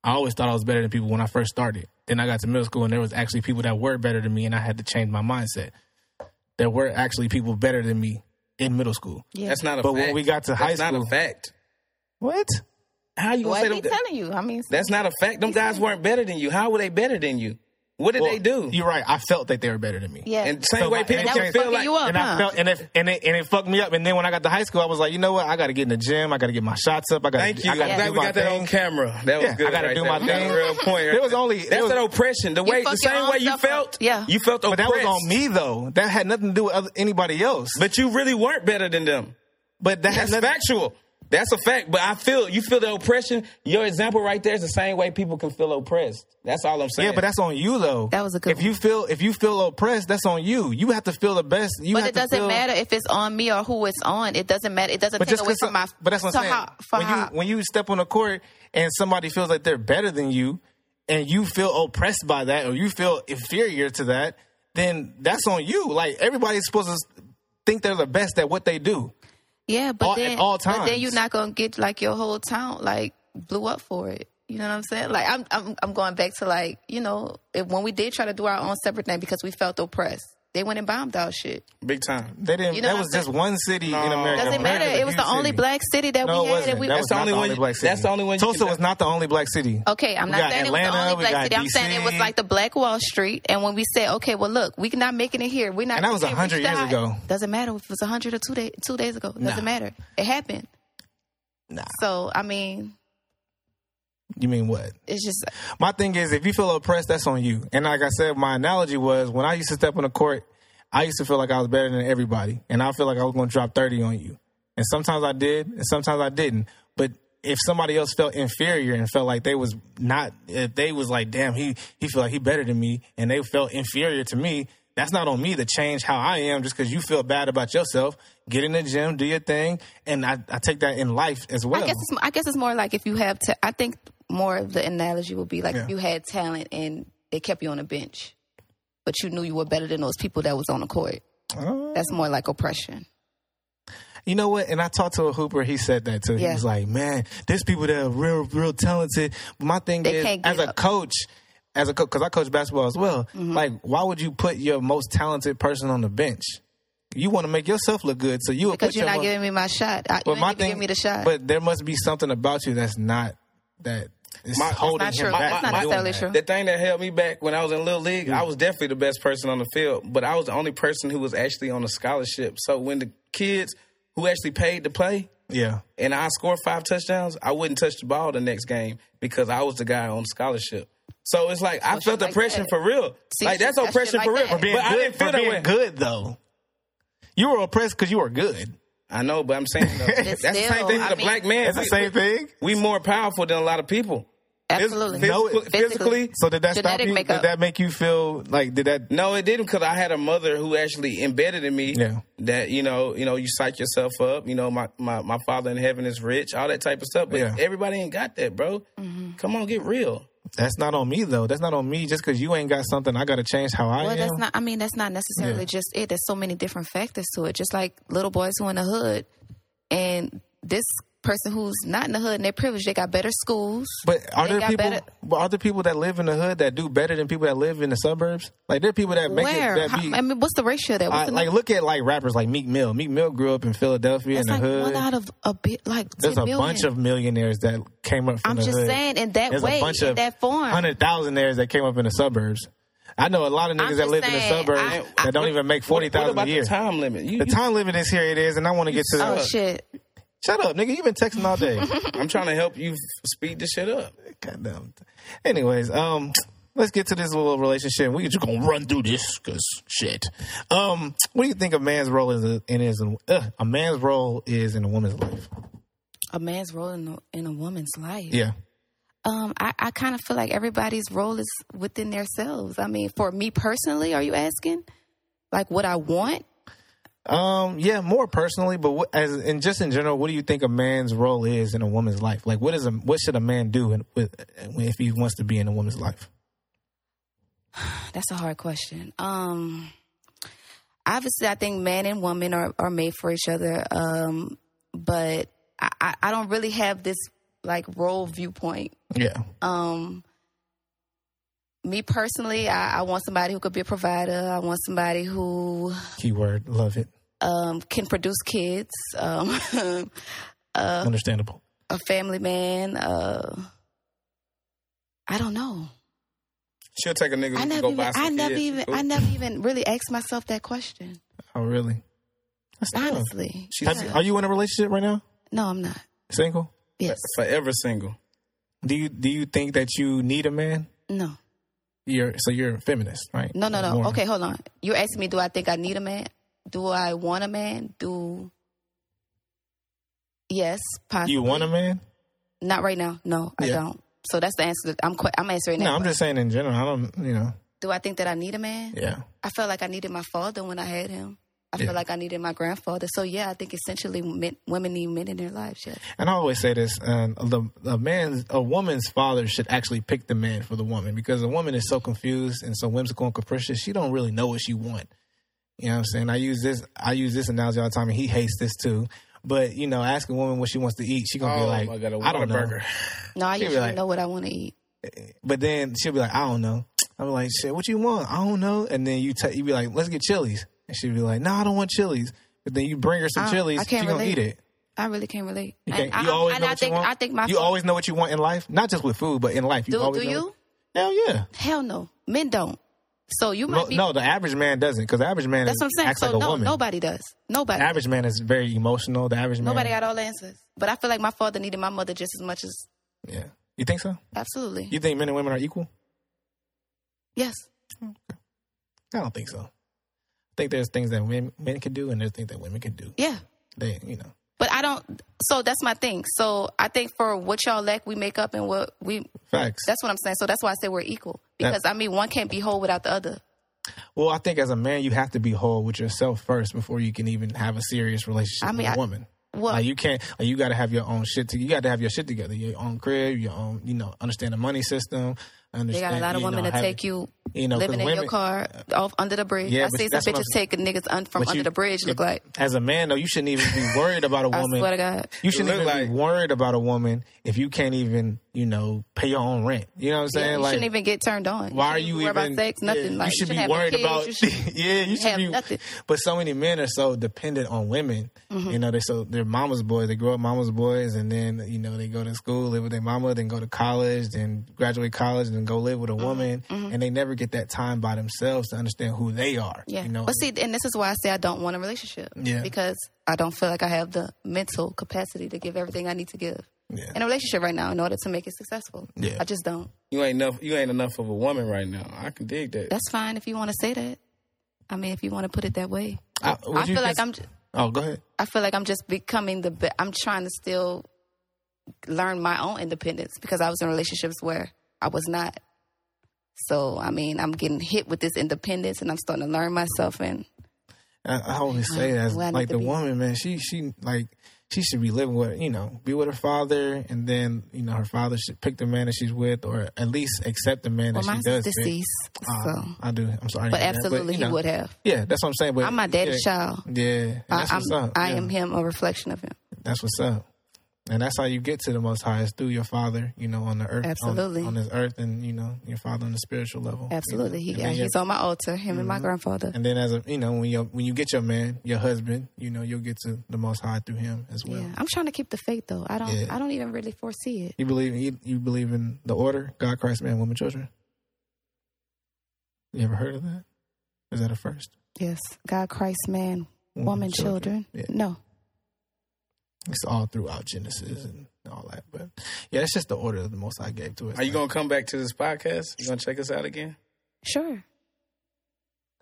Speaker 3: I always thought I was better than people when I first started. Then I got to middle school and there was actually people that were better than me and I had to change my mindset. There were actually people better than me in middle school.
Speaker 4: Yeah.
Speaker 2: That's not a
Speaker 3: But
Speaker 2: fact.
Speaker 3: when we got to
Speaker 2: That's
Speaker 3: high
Speaker 2: not a
Speaker 3: school-
Speaker 2: fact.
Speaker 3: What?
Speaker 2: How you gonna
Speaker 4: What
Speaker 2: say
Speaker 4: he
Speaker 2: them-
Speaker 4: telling you? I mean,
Speaker 2: That's not a fact. Them guys weren't better than you. How were they better than you? What did they do?
Speaker 3: You're right. I felt that they were better than me.
Speaker 4: yeah.
Speaker 2: and same
Speaker 3: So
Speaker 2: way
Speaker 3: my-
Speaker 2: people
Speaker 3: and that
Speaker 2: can
Speaker 3: was
Speaker 2: feel
Speaker 4: fucking
Speaker 2: like
Speaker 4: you up.
Speaker 3: And I
Speaker 4: huh?
Speaker 3: felt and it and it and it fucked me up. And then when I got to high school, I was like, you know what? I got to get in the gym. I got to get my shots up. I got.
Speaker 2: Thank you.
Speaker 3: I
Speaker 2: I'm
Speaker 3: got to
Speaker 2: glad
Speaker 3: do
Speaker 2: we
Speaker 3: my
Speaker 2: got that
Speaker 3: thing.
Speaker 2: on camera. That was
Speaker 3: Yeah,
Speaker 2: good.
Speaker 3: I gotta
Speaker 2: right
Speaker 3: do
Speaker 2: there.
Speaker 3: my
Speaker 2: You got a
Speaker 3: thing.
Speaker 2: Real point.
Speaker 3: There was only-
Speaker 2: that's
Speaker 3: there was-
Speaker 2: that oppression. The way, the
Speaker 4: fucked your
Speaker 2: same
Speaker 4: own
Speaker 2: way you
Speaker 4: stuff up.
Speaker 2: felt.
Speaker 4: Yeah.
Speaker 2: You felt
Speaker 3: But
Speaker 2: oppressed.
Speaker 3: that was on me though. That had nothing to do with other, anybody else. But,
Speaker 2: But you really weren't better than them.
Speaker 3: that had
Speaker 2: That's
Speaker 3: nothing,
Speaker 2: factual. That's a fact. But I feel you feel the oppression. Your example right there is the same way people can feel oppressed. That's all I'm saying.
Speaker 3: Yeah, but that's on you though.
Speaker 4: That was a good
Speaker 3: If you feel if you feel oppressed, that's on you. You have to feel the best. You
Speaker 4: but
Speaker 3: have
Speaker 4: it
Speaker 3: to
Speaker 4: doesn't
Speaker 3: feel-
Speaker 4: matter if it's on me or who it's on. It doesn't matter. It doesn't
Speaker 3: But
Speaker 4: take
Speaker 3: just
Speaker 4: away
Speaker 3: 'cause
Speaker 4: from
Speaker 3: some-
Speaker 4: my.
Speaker 3: but that's what
Speaker 4: to
Speaker 3: I'm saying.
Speaker 4: How, for
Speaker 3: when you
Speaker 4: how-
Speaker 3: when you step on the court and somebody feels like they're better than you, and you feel oppressed by that, or you feel inferior to that, then that's on you. Like everybody's supposed to s- think they're the best at what they do.
Speaker 4: yeah, but
Speaker 3: all- at
Speaker 4: then
Speaker 3: all
Speaker 4: But then
Speaker 3: times.
Speaker 4: you're not gonna get like your whole town like blew up for it. You know what I'm saying? Like I'm I'm I'm going back to like you know if, when we did try to do our own separate thing because we felt oppressed. They went and bombed our shit.
Speaker 2: big time.
Speaker 3: They didn't.
Speaker 4: You know
Speaker 3: that
Speaker 4: what
Speaker 3: was
Speaker 4: I'm
Speaker 3: just one city in
Speaker 2: No.
Speaker 3: America.
Speaker 4: Doesn't
Speaker 3: Atlanta
Speaker 4: matter.
Speaker 3: was a
Speaker 4: It was
Speaker 3: huge
Speaker 4: the only
Speaker 3: city.
Speaker 4: black city that
Speaker 3: No,
Speaker 4: we
Speaker 3: it
Speaker 4: had.
Speaker 3: wasn't.
Speaker 4: And we,
Speaker 3: that was
Speaker 2: the
Speaker 3: not
Speaker 2: only
Speaker 3: the
Speaker 2: one
Speaker 3: only
Speaker 2: you-
Speaker 3: black city.
Speaker 2: that's the only one you
Speaker 3: Tulsa
Speaker 2: can-
Speaker 3: was not the only black city.
Speaker 4: Okay, I'm
Speaker 3: We
Speaker 4: not
Speaker 3: got
Speaker 4: saying it was
Speaker 3: Atlanta,
Speaker 4: the only
Speaker 3: we
Speaker 4: black
Speaker 3: got
Speaker 4: city. I'm saying it was
Speaker 3: DC.
Speaker 4: like the Black Wall Street. And when we said, okay, well, look, we're not making it here. We're not.
Speaker 3: And that was
Speaker 4: we can't
Speaker 3: 100
Speaker 4: reach the
Speaker 3: years
Speaker 4: high-
Speaker 3: ago.
Speaker 4: Doesn't matter if it was hundred or two day, two days ago. Doesn't
Speaker 3: Nah.
Speaker 4: matter. It happened.
Speaker 3: Nah.
Speaker 4: So I mean,
Speaker 3: You mean what?
Speaker 4: it's just
Speaker 3: my thing is if you feel oppressed, that's on you. And like I said, my analogy was when I used to step on the court, I used to feel like I was better than everybody, and I feel like I was going to drop thirty on you. And sometimes I did, and sometimes I didn't. But if somebody else felt inferior and felt like they was not, if they was like, damn, he he feel like he better than me, and they felt inferior to me. That's not on me to change how I am just because you feel bad about yourself. Get in the gym, do your thing, and I, I take that in life as well.
Speaker 4: I guess it's I guess it's more like if you have to. I think more of the analogy would be like
Speaker 3: Yeah.
Speaker 4: if you had talent and they kept you on a bench, but you knew you were better than those people that was on the court.
Speaker 3: Uh,
Speaker 4: That's more like oppression.
Speaker 3: You know what? And I talked to a hooper. He said that too. He
Speaker 4: Yeah.
Speaker 3: was like, "Man, there's people that are real, real talented." But my thing
Speaker 4: They
Speaker 3: is,
Speaker 4: can't get
Speaker 3: as a
Speaker 4: up. Mm-hmm.
Speaker 3: coach, as a coach, because I coach basketball as well. Like, why would you put your most talented person on the bench? You want to make yourself look good, so you would
Speaker 4: Because
Speaker 3: put
Speaker 4: you're
Speaker 3: your
Speaker 4: not
Speaker 3: mo-
Speaker 4: giving me my shot. I, you ain't even give me the shot.
Speaker 3: But there must be something about you that's not that is
Speaker 2: My-
Speaker 3: holding
Speaker 4: That's
Speaker 3: him
Speaker 4: not true.
Speaker 3: back.
Speaker 4: That's not
Speaker 3: from doing
Speaker 4: necessarily
Speaker 3: that.
Speaker 4: true.
Speaker 2: The thing that held me back when I was in Little League,
Speaker 4: Mm.
Speaker 2: I was definitely the best person on the field, but I was the only person who was actually on a scholarship. So when the kids who actually paid to play
Speaker 3: Yeah,
Speaker 2: and I scored five touchdowns, I wouldn't touch the ball the next game because I was the guy on scholarship. So it's like I
Speaker 4: shit
Speaker 2: felt
Speaker 4: like
Speaker 2: oppression
Speaker 4: that.
Speaker 2: for real.
Speaker 4: See,
Speaker 2: like
Speaker 4: shit-
Speaker 2: that's
Speaker 4: that shit
Speaker 2: oppression
Speaker 4: like
Speaker 2: for real.
Speaker 4: that. For being
Speaker 2: but I
Speaker 3: good-
Speaker 2: didn't feel
Speaker 3: for
Speaker 2: that
Speaker 3: being
Speaker 2: way.
Speaker 3: good though. You were oppressed because you were good.
Speaker 2: I know, but I'm saying though, that's the same
Speaker 4: still,
Speaker 2: thing
Speaker 4: I
Speaker 2: with a
Speaker 4: mean-
Speaker 2: black man.
Speaker 3: It's the
Speaker 2: We-
Speaker 3: same thing.
Speaker 2: We more powerful than a lot of people.
Speaker 4: Absolutely.
Speaker 3: No,
Speaker 2: Physical-
Speaker 4: Physically.
Speaker 2: physically,
Speaker 3: So did that stop
Speaker 4: Genetic
Speaker 3: you?
Speaker 4: makeup.
Speaker 3: Did that make you feel like did that?
Speaker 2: No, it didn't because I had a mother who actually embedded in me
Speaker 3: Yeah.
Speaker 2: that you know, you know, you psych yourself up. You know, my, my, my father in heaven is rich, all that type of stuff. But
Speaker 3: Yeah.
Speaker 2: everybody ain't got that, bro.
Speaker 4: Mm-hmm.
Speaker 2: Come on, get real.
Speaker 3: That's not on me though. That's not on me. Just because you ain't got something, I got to change how I
Speaker 4: Well,
Speaker 3: am.
Speaker 4: that's not. I mean, that's not necessarily
Speaker 3: Yeah.
Speaker 4: just it. There's so many different factors to it. Just like little boys who in the hood, and this person who's not in the hood and they're privileged, they got better schools.
Speaker 3: But are
Speaker 4: They
Speaker 3: there
Speaker 4: got
Speaker 3: people?
Speaker 4: better-
Speaker 3: But are there people that live in the hood that do better than people that live in the suburbs? Like there are people that make
Speaker 4: Where?
Speaker 3: it. That be,
Speaker 4: How- I mean, what's the ratio there? What's
Speaker 3: I-
Speaker 4: the
Speaker 3: like look at like rappers like Meek Mill. Meek Mill grew up in Philadelphia
Speaker 4: that's
Speaker 3: in the
Speaker 4: like
Speaker 3: hood.
Speaker 4: one out of a bit. Like
Speaker 3: There's
Speaker 4: 10
Speaker 3: a bunch
Speaker 4: million.
Speaker 3: of millionaires that came up. From
Speaker 4: I'm
Speaker 3: the
Speaker 4: just
Speaker 3: hood.
Speaker 4: saying, in that
Speaker 3: There's
Speaker 4: way,
Speaker 3: a bunch
Speaker 4: in
Speaker 3: of
Speaker 4: that form,
Speaker 3: hundred thousandaires that came up in the suburbs. I know a lot of niggas
Speaker 4: I'm
Speaker 3: that
Speaker 4: just
Speaker 3: live in the
Speaker 4: saying,
Speaker 3: suburbs
Speaker 4: I-
Speaker 3: that don't even make forty
Speaker 2: What
Speaker 3: thousand
Speaker 2: about
Speaker 3: a year.
Speaker 2: the time limit? You,
Speaker 3: The
Speaker 2: you-
Speaker 3: time limit is here. It is, and I want to get to
Speaker 4: oh
Speaker 3: that.
Speaker 4: shit,
Speaker 3: Shut up, nigga. You've been texting all day.
Speaker 2: I'm trying to help you f- speed this shit up.
Speaker 3: Goddamn. Anyways, um, let's get to this little relationship. We just gonna run through this because shit. Um, what do you think a man's role is in is uh, a man's role is in a woman's life?
Speaker 4: a man's role in a, in a woman's life.
Speaker 3: Yeah,
Speaker 4: Um, I, I kind of feel like everybody's role is within themselves. I mean, for me personally, are you asking? Like what I want?
Speaker 3: um, yeah. More personally, but what, as and just in general, what do you think a man's role is in a woman's life? Like, what is a what should a man do in, with, if he wants to be in a woman's life?
Speaker 4: That's a hard question. Um, obviously, I think man and woman are, are made for each other. Um, but I, I, I don't really have this like role viewpoint.
Speaker 3: Yeah,
Speaker 4: Um, me personally, I, I want somebody who could be a provider. I want somebody who
Speaker 3: keyword love it.
Speaker 4: um, can produce kids. Um,
Speaker 3: Understandable.
Speaker 4: a family man. Uh, I don't know.
Speaker 2: She'll take a nigga.
Speaker 4: I
Speaker 2: who can
Speaker 4: never
Speaker 2: go
Speaker 4: even.
Speaker 2: buy some
Speaker 4: I never
Speaker 2: kids.
Speaker 4: even. I never even really asked myself that question.
Speaker 3: Oh, really? That's tough.
Speaker 4: Honestly,
Speaker 2: She's
Speaker 3: Have you- are you in a relationship right now?
Speaker 4: no, I'm not.
Speaker 3: Single?
Speaker 4: Yes,
Speaker 2: forever single.
Speaker 3: Do you do you think that you need a man?
Speaker 4: no,
Speaker 3: You're so you're a feminist,
Speaker 2: Oh,
Speaker 3: right?
Speaker 4: no, no, no.
Speaker 3: Born.
Speaker 4: Okay, hold on. You're asking me, do I think I need a man? Do I want a man? Do yes, possibly.
Speaker 3: You want a man?
Speaker 4: Not right now. No, I
Speaker 3: Yeah.
Speaker 4: don't. So that's the answer. I'm. Qu- I'm answering that.
Speaker 3: No, I'm just saying in general. I don't, you know.
Speaker 4: do I think that I need a man?
Speaker 3: Yeah.
Speaker 4: I felt like I needed my father when I had him. I
Speaker 3: Yeah.
Speaker 4: feel like I needed my grandfather. So yeah, I think essentially men, women need men in their lives. Yes.
Speaker 3: And I always say this: um, the a man's a woman's father should actually pick the man for the woman because a woman is so confused and so whimsical and capricious. She don't really know what she want. You know what I'm saying? I use this I use this analogy all the time, and he hates this too. But you know, ask a woman what she wants to eat, she gonna
Speaker 2: Oh,
Speaker 3: be like,
Speaker 2: I got a
Speaker 3: don't know.
Speaker 2: Whataburger.
Speaker 4: No, I
Speaker 3: She'd be
Speaker 4: usually
Speaker 3: like-
Speaker 4: know what I want to eat.
Speaker 3: But then she'll be like, I don't know. I'm like, shit, what you want? I don't know. And then you t- you be like, let's get chilies. And she'll be like, no, I don't want chilies. But then you bring her some
Speaker 4: Ah, I-
Speaker 3: chilies,
Speaker 4: I
Speaker 3: she
Speaker 4: can't
Speaker 3: gonna
Speaker 4: relate.
Speaker 3: eat it.
Speaker 4: I really can't relate.
Speaker 3: You,
Speaker 4: And
Speaker 3: can't, you
Speaker 4: I,
Speaker 3: always
Speaker 4: and
Speaker 3: know
Speaker 4: I
Speaker 3: what
Speaker 4: think
Speaker 3: you want.
Speaker 4: I think my
Speaker 3: you always know what you want in life, not just with food, but in life. You
Speaker 4: do
Speaker 3: always
Speaker 4: do
Speaker 3: know what-
Speaker 4: you?
Speaker 3: Hell yeah.
Speaker 4: Hell no, men don't. So you might
Speaker 3: No,
Speaker 4: be.
Speaker 3: no, the average man doesn't because the average man
Speaker 4: that's
Speaker 3: is,
Speaker 4: what I'm saying.
Speaker 3: acts
Speaker 4: So
Speaker 3: like a
Speaker 4: no,
Speaker 3: woman.
Speaker 4: nobody does. Nobody.
Speaker 3: The average man is very emotional. The average man.
Speaker 4: Nobody got all the answers. But I feel like my father needed my mother just as much as
Speaker 3: Yeah. You think so?
Speaker 4: absolutely.
Speaker 3: You think men and women are equal?
Speaker 4: yes.
Speaker 3: I don't think so. I think there's things that men, men can do and there's things that women can do.
Speaker 4: Yeah.
Speaker 3: They, you know.
Speaker 4: But I don't. So that's my thing. So I think for what y'all lack, we make up, and what we
Speaker 3: Facts.
Speaker 4: That's what I'm saying. So that's why I say we're equal because I mean one can't be whole without the other.
Speaker 3: Well, I think as a man, you have to be whole with yourself first before you can even have a serious relationship
Speaker 4: I mean,
Speaker 3: with a
Speaker 4: I-
Speaker 3: woman.
Speaker 4: Well,
Speaker 3: like you can't. Like you got to have your own shit. To, you got to have your shit together. Your own crib. Your own. You know, understand the money system.
Speaker 4: they
Speaker 3: Understand.
Speaker 4: got a lot
Speaker 3: you
Speaker 4: of
Speaker 3: know,
Speaker 4: women to
Speaker 3: have-
Speaker 4: take you
Speaker 3: You know, 'cause
Speaker 4: living in
Speaker 3: women,
Speaker 4: your car off under the bridge.
Speaker 3: Yeah,
Speaker 4: I
Speaker 3: but
Speaker 4: see some
Speaker 3: that's what
Speaker 4: bitches
Speaker 3: I'm-
Speaker 4: take niggas un, from
Speaker 3: but
Speaker 4: under
Speaker 3: you-
Speaker 4: the bridge. Look
Speaker 3: it-
Speaker 4: like
Speaker 3: As a man, though, you shouldn't even be worried about a
Speaker 4: I
Speaker 3: woman.
Speaker 4: swear to God.
Speaker 3: You shouldn't
Speaker 2: Look
Speaker 3: even
Speaker 2: like-
Speaker 3: be worried about a woman if you can't even, you know, pay your own rent. You know what I'm
Speaker 4: Yeah,
Speaker 3: saying?
Speaker 4: you
Speaker 3: like,
Speaker 4: shouldn't even get turned on.
Speaker 3: why are you
Speaker 4: shouldn't worry
Speaker 3: even
Speaker 4: about sex?
Speaker 3: yeah,
Speaker 4: Nothing. like
Speaker 3: you should
Speaker 4: shouldn't
Speaker 3: be
Speaker 4: have no
Speaker 3: worried
Speaker 4: kids.
Speaker 3: about
Speaker 4: You should-
Speaker 3: yeah you should
Speaker 4: have
Speaker 3: be
Speaker 4: nothing. Mm-hmm.
Speaker 3: but so many men are so dependent on women you know they're so they're mama's boys they grow up mama's boys and then you know they go to school live with their mama then go to college then graduate college and then go live with
Speaker 4: Mm-hmm,
Speaker 3: a woman and they never get that time by themselves to understand who they are
Speaker 4: yeah.
Speaker 3: you know
Speaker 4: but see, and this is why I say I don't want a relationship.
Speaker 3: Yeah.
Speaker 4: Because I don't feel like I have the mental capacity to give everything I need to give.
Speaker 3: Yeah.
Speaker 4: in a relationship right now in order to make it successful.
Speaker 3: Yeah.
Speaker 4: I just don't.
Speaker 2: You ain't enough. You ain't enough of a woman right now. I can dig that.
Speaker 4: That's fine if you want to say that. I mean, if you want to put it that way.
Speaker 3: I, would
Speaker 4: I
Speaker 3: you
Speaker 4: feel like
Speaker 3: cons-
Speaker 4: I'm. j-
Speaker 3: Oh, go ahead.
Speaker 4: I feel like I'm just becoming the. Be- I'm trying to still learn my own independence because I was in relationships where I was not. So I mean, I'm getting hit with this independence, and I'm starting to learn myself. And
Speaker 3: I, I always say
Speaker 4: Where-
Speaker 3: that
Speaker 4: where Uh, I need
Speaker 3: like
Speaker 4: to
Speaker 3: the
Speaker 4: be.
Speaker 3: woman, man, she she like she should be living with you know be with her father, and then you know her father should pick the man that she's with, or at least accept the man that
Speaker 4: well,
Speaker 3: she
Speaker 4: mine's
Speaker 3: does. pick.
Speaker 4: deceased,
Speaker 3: Uh,
Speaker 4: so.
Speaker 3: I do. I'm sorry,
Speaker 4: But
Speaker 3: to hear that,
Speaker 4: absolutely,
Speaker 3: you
Speaker 4: he
Speaker 3: know,
Speaker 4: would have.
Speaker 3: Yeah, that's what I'm saying. But
Speaker 4: I'm my daddy's
Speaker 3: yeah,
Speaker 4: child.
Speaker 3: Yeah, and
Speaker 4: I,
Speaker 3: that's
Speaker 4: I'm,
Speaker 3: what's up.
Speaker 4: I
Speaker 3: yeah.
Speaker 4: am him, a reflection of him.
Speaker 3: That's what's up. And that's how you get to the Most High is through your Father, you know, on the earth, on-
Speaker 4: Absolutely.
Speaker 3: on, this earth, and you know, your Father on the spiritual level.
Speaker 4: Absolutely,
Speaker 3: you know?
Speaker 4: he,
Speaker 3: and, then Mm-hmm. your-
Speaker 4: he's on my altar. Him and my grandfather.
Speaker 3: and then as a, you know, when you when you get your man, your husband, you know, you'll get to the Most High through him as well.
Speaker 4: yeah, I'm trying to keep the faith though. I don't.
Speaker 3: Yeah.
Speaker 4: I don't even really foresee it.
Speaker 3: You believe you, you believe in the order God, Christ, man, woman, children. You ever heard of that? Is that a first?
Speaker 4: Yes, God, Christ, man, woman, children.
Speaker 3: Mm, Yeah.
Speaker 4: No,
Speaker 3: It's all throughout Genesis and all that, but yeah, it's just the order of the Most High gave to us.
Speaker 2: Are you gonna come back to this podcast? You gonna check us out again?
Speaker 4: sure,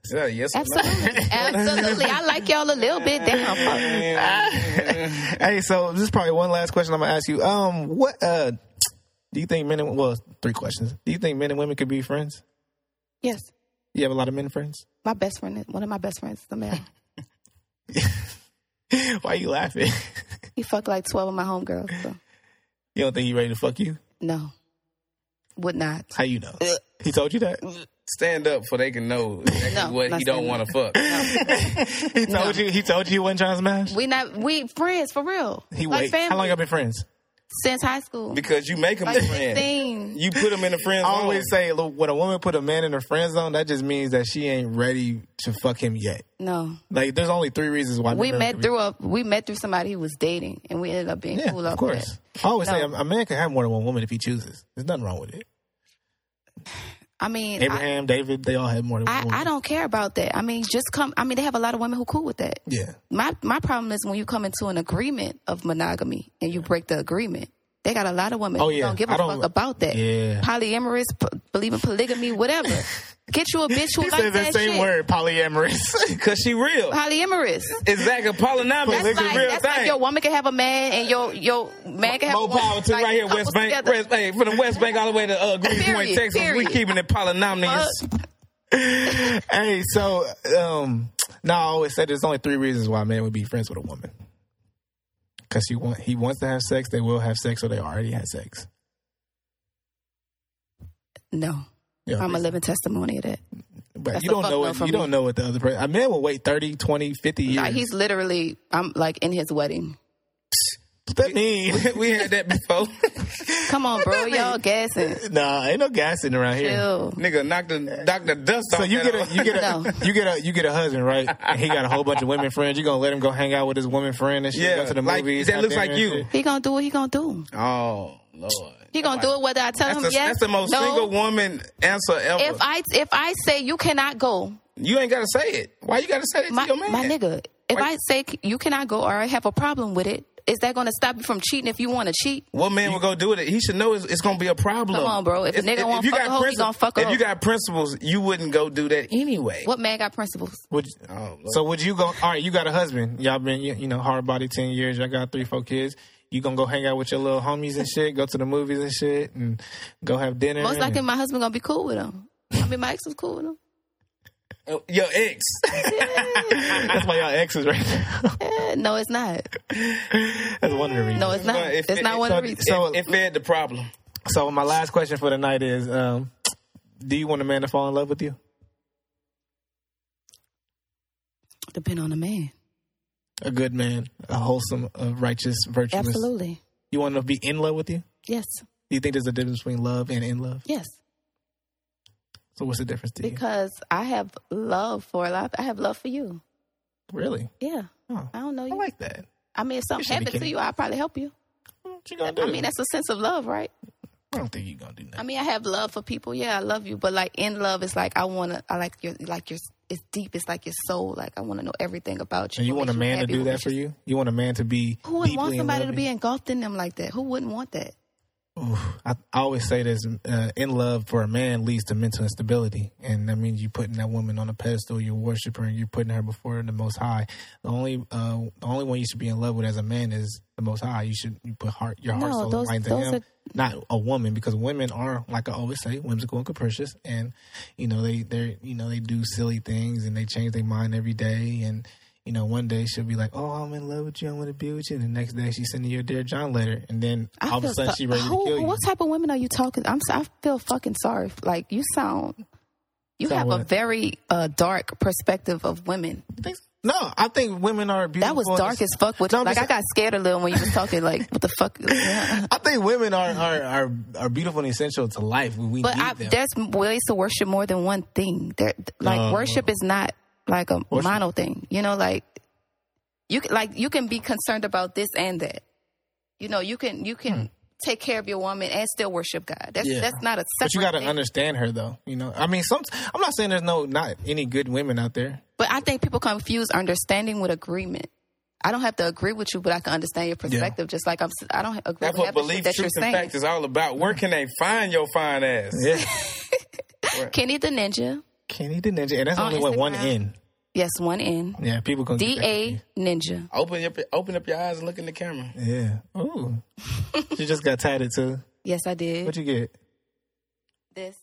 Speaker 2: Is that a yes? or no?
Speaker 4: absolutely, absolutely. I like y'all a little bit. Damn, fuck.
Speaker 3: hey, so this is probably one last question I'm gonna ask you. Um, what uh, do you think men and well, three questions. Do you think men and women could be friends?
Speaker 4: yes.
Speaker 3: You have a lot of men friends.
Speaker 4: My best friend, is- one of my best friends, is a man.
Speaker 3: Why you laughing?
Speaker 4: He fucked like twelve of my homegirls. So.
Speaker 3: you don't think he ready to fuck you?
Speaker 4: No, would not.
Speaker 3: How you know? he told you that.
Speaker 2: Stand up so they can know exactly
Speaker 4: No,
Speaker 2: what
Speaker 4: not
Speaker 2: he don't
Speaker 4: standing
Speaker 2: want
Speaker 4: up.
Speaker 2: to fuck.
Speaker 3: he told you. He told you he wasn't trying to smash.
Speaker 4: We not. We friends for real.
Speaker 3: He
Speaker 4: like
Speaker 3: wait.
Speaker 4: family
Speaker 3: How long y'all been friends?
Speaker 4: since high school.
Speaker 2: Because you make him
Speaker 4: like
Speaker 2: a friend.
Speaker 4: sixteen.
Speaker 2: You put him in the friend
Speaker 3: I
Speaker 2: zone.
Speaker 3: always say, look, when a woman put a man in her friend zone, that just means that she ain't ready to fuck him yet.
Speaker 4: No,
Speaker 3: Like, there's only three reasons why
Speaker 4: we
Speaker 3: men are-
Speaker 4: met through a. We met through somebody who was dating, and we ended up being
Speaker 3: Yeah,
Speaker 4: cool.
Speaker 3: of
Speaker 4: off
Speaker 3: course.
Speaker 4: that.
Speaker 3: I always say a,
Speaker 4: No.
Speaker 3: a man can have more than one woman if he chooses. There's nothing wrong with it.
Speaker 4: I mean, I,
Speaker 3: Abraham, David, they all had more than one
Speaker 4: I,
Speaker 3: woman.
Speaker 4: I don't care about that. I mean, just come. I mean, they have a lot of women who cool with that.
Speaker 3: Yeah,
Speaker 4: My my problem is when you come into an agreement of monogamy and you break the agreement. They got a lot of women
Speaker 3: Oh,
Speaker 4: who
Speaker 3: yeah.
Speaker 4: don't give
Speaker 3: I
Speaker 4: a
Speaker 3: don't-
Speaker 4: fuck about that.
Speaker 3: yeah.
Speaker 4: Polyamorous, p- believe in polygamy, whatever. Get you a bitch who
Speaker 3: He
Speaker 4: like
Speaker 3: said the
Speaker 4: that
Speaker 3: same
Speaker 4: shit.
Speaker 3: word, polyamorous.
Speaker 2: because she real.
Speaker 4: Polyamorous.
Speaker 2: It's like a polynomial.
Speaker 4: That's
Speaker 2: It's
Speaker 4: like,
Speaker 2: a real
Speaker 4: that's
Speaker 2: thing.
Speaker 4: like your woman can have a man and your your man can have
Speaker 2: More
Speaker 4: a woman.
Speaker 2: power to
Speaker 4: Like,
Speaker 2: right here,
Speaker 4: couples
Speaker 2: West Bank.
Speaker 4: together.
Speaker 2: West, hey, from the West Bank all the way to uh, Green Point,
Speaker 4: Period,
Speaker 2: Texas. We
Speaker 4: period.
Speaker 2: keeping it polynomials.
Speaker 4: Fuck.
Speaker 3: hey, so um, no, I always said there's only three reasons why a man would be friends with a woman. Because he want he wants to have sex, they will have sex, or they already had sex.
Speaker 4: no,
Speaker 3: Yeah,
Speaker 4: I'm a living testimony of that.
Speaker 3: but
Speaker 4: Um, that's
Speaker 3: you
Speaker 4: a
Speaker 3: don't
Speaker 4: fuck
Speaker 3: know
Speaker 4: no
Speaker 3: what,
Speaker 4: from
Speaker 3: you
Speaker 4: me.
Speaker 3: don't know what the other person. A man will wait 30, 20, 50 years.
Speaker 4: Like, he's literally, I'm like in his wedding.
Speaker 3: what that mean?
Speaker 2: we had that before.
Speaker 4: Come on, bro, y'all gassing.
Speaker 3: nah, ain't no gassing around here.
Speaker 4: Ew.
Speaker 2: Nigga knocked the, knocked the dust
Speaker 3: So
Speaker 2: off.
Speaker 3: you
Speaker 2: that
Speaker 3: get a
Speaker 2: old-
Speaker 3: you get a
Speaker 4: No.
Speaker 3: you get a you get a husband right? And he got a whole bunch of women friends. You gonna let him go hang out with his woman friend and shit?
Speaker 2: Yeah,
Speaker 3: go to the
Speaker 2: like,
Speaker 3: movies.
Speaker 2: that
Speaker 3: have
Speaker 2: looks like
Speaker 3: dinner and
Speaker 2: you.
Speaker 3: shit?
Speaker 4: He gonna do what he gonna do.
Speaker 2: oh, Lord.
Speaker 4: He gonna do it whether I tell
Speaker 2: That's
Speaker 4: him
Speaker 2: the,
Speaker 4: yes.
Speaker 2: that's the most
Speaker 4: no.
Speaker 2: single woman answer ever.
Speaker 4: If I if I say you cannot go,
Speaker 2: you ain't got to say it. Why you got to say it
Speaker 4: my
Speaker 2: to your man?
Speaker 4: my nigga, if
Speaker 2: Why-
Speaker 4: I say you cannot go or I have a problem with it, is that gonna stop you from cheating if you want to cheat?
Speaker 2: What man would go do with it? He should know it's, it's gonna be a problem.
Speaker 4: Come on, bro. If a nigga wanna
Speaker 2: you
Speaker 4: fuck
Speaker 2: got
Speaker 4: a hoe, he
Speaker 2: princi-
Speaker 4: gonna fuck a
Speaker 2: If
Speaker 4: hoe.
Speaker 2: you got principles, you wouldn't go do that anyway.
Speaker 4: What man got principles?
Speaker 3: Would you-
Speaker 2: Oh, Lord.
Speaker 3: so would you go? All right, you got a husband. Y'all been you, you know hard body ten years. Y'all got three four kids. You gonna go hang out with your little homies and shit? Go to the movies and shit, and go have dinner.
Speaker 4: Most likely,
Speaker 3: and-
Speaker 4: my husband gonna be cool with him. I mean, my ex was cool with him.
Speaker 2: Uh, your ex.
Speaker 3: that's why y'all exes right now.
Speaker 4: Eh, no, it's not.
Speaker 3: that's one of the reasons.
Speaker 4: No, it's not.
Speaker 2: But if
Speaker 4: it's
Speaker 2: it-
Speaker 4: not one of the
Speaker 3: so-
Speaker 4: reasons.
Speaker 3: so-
Speaker 2: it, it fed the problem.
Speaker 3: So my last question for the night is: um, Do you want a man to fall in love with you?
Speaker 4: Depend on the man.
Speaker 3: A good man, a wholesome, a righteous, virtuous.
Speaker 4: Absolutely.
Speaker 3: You want to be in love with you?
Speaker 4: Yes.
Speaker 3: Do you think there's a difference between love and in love?
Speaker 4: Yes.
Speaker 3: So what's the difference to
Speaker 4: Because I have love for a lot. I have love for you.
Speaker 3: you? Really?
Speaker 4: Yeah.
Speaker 3: Oh,
Speaker 4: I don't know
Speaker 3: I
Speaker 4: you.
Speaker 3: like that.
Speaker 4: I mean, if
Speaker 3: You
Speaker 4: something
Speaker 3: should be
Speaker 4: happened to
Speaker 3: kidding.
Speaker 4: you, I'll probably help you.
Speaker 3: What you gonna do?
Speaker 4: I mean, that's a sense of love, right?
Speaker 3: I don't think you're gonna do that.
Speaker 4: I mean, I have love for people. Yeah, I love you, but like in love, it's like I wanna, I like your, like your, it's deep. It's like your soul. Like I want to know everything about you.
Speaker 3: And you
Speaker 4: What
Speaker 3: want a
Speaker 4: makes
Speaker 3: man to
Speaker 4: happy,
Speaker 3: do
Speaker 4: what
Speaker 3: that
Speaker 4: makes
Speaker 3: for you? You want a man to be
Speaker 4: Who would
Speaker 3: deeply
Speaker 4: want
Speaker 3: in
Speaker 4: somebody
Speaker 3: love
Speaker 4: to
Speaker 3: with
Speaker 4: be engulfed in them like that? Who wouldn't want that?
Speaker 3: I I always say this: uh, in love for a man leads to mental instability, and that means you putting that woman on a pedestal, you worship her, and you're putting her before the Most High. The only, uh, the only one you should be in love with as a man is the Most High. You should you put heart, your heart,
Speaker 4: No,
Speaker 3: soul,
Speaker 4: those-
Speaker 3: and mind to
Speaker 4: those
Speaker 3: Him,
Speaker 4: are-
Speaker 3: not a woman, because women are like I always say, whimsical and capricious, and you know they they you know they do silly things and they change their mind every day, and you know one day she'll be like, oh, I'm in love with you, I want to be with you, and the next day she's sending you a dear John letter, and then
Speaker 4: I
Speaker 3: all of a
Speaker 4: feel
Speaker 3: sudden
Speaker 4: so- Oh,
Speaker 3: she ready
Speaker 4: who,
Speaker 3: to kill you.
Speaker 4: What type of women are you talking? I'm. so- I feel fucking sorry. Like you sound. You
Speaker 3: Sound
Speaker 4: have a
Speaker 3: what?
Speaker 4: very uh, dark perspective of women.
Speaker 3: think so? No, I think women are beautiful.
Speaker 4: That was dark as fuck. With
Speaker 3: No, I'm
Speaker 4: like
Speaker 3: just-
Speaker 4: I got scared a little when you was talking. Like what the fuck? Yeah.
Speaker 3: I think women are are are, are beautiful and essential to life. We
Speaker 4: But
Speaker 3: need
Speaker 4: I,
Speaker 3: them.
Speaker 4: there's ways to worship more than one thing. There, like
Speaker 2: Uh-huh.
Speaker 3: No,
Speaker 4: worship is not like a
Speaker 3: Worship-
Speaker 4: mono thing. You know, like you can, like you can be concerned about this and that. You know, you can you
Speaker 2: Hmm.
Speaker 4: can take care of your woman and still worship God. That's
Speaker 3: Yeah.
Speaker 4: that's not a separate.
Speaker 3: but you got to
Speaker 4: thing.
Speaker 3: understand her, though. You know, I mean, some. I'm not saying there's no not any good women out there.
Speaker 4: But I think people confuse understanding with agreement. I don't have to agree with you, but I can understand your perspective. Just like I'm, s- I don't agree
Speaker 2: That's
Speaker 4: with
Speaker 2: what
Speaker 4: everything
Speaker 2: belief,
Speaker 4: that
Speaker 2: truth,
Speaker 4: you're
Speaker 2: and
Speaker 4: saying.
Speaker 2: fact is all about. Where can they find your fine ass?
Speaker 3: Yeah,
Speaker 4: Kenny the Ninja,
Speaker 3: Kenny the Ninja, and that's
Speaker 4: On
Speaker 3: only what one
Speaker 4: Instagram.
Speaker 3: in.
Speaker 4: yes, one N.
Speaker 3: Yeah, people can
Speaker 4: D A Ninja.
Speaker 2: Open up, open up your eyes and look in the camera.
Speaker 3: Yeah. Ooh, she just got tatted too.
Speaker 4: Yes, I did.
Speaker 3: What you get?
Speaker 4: this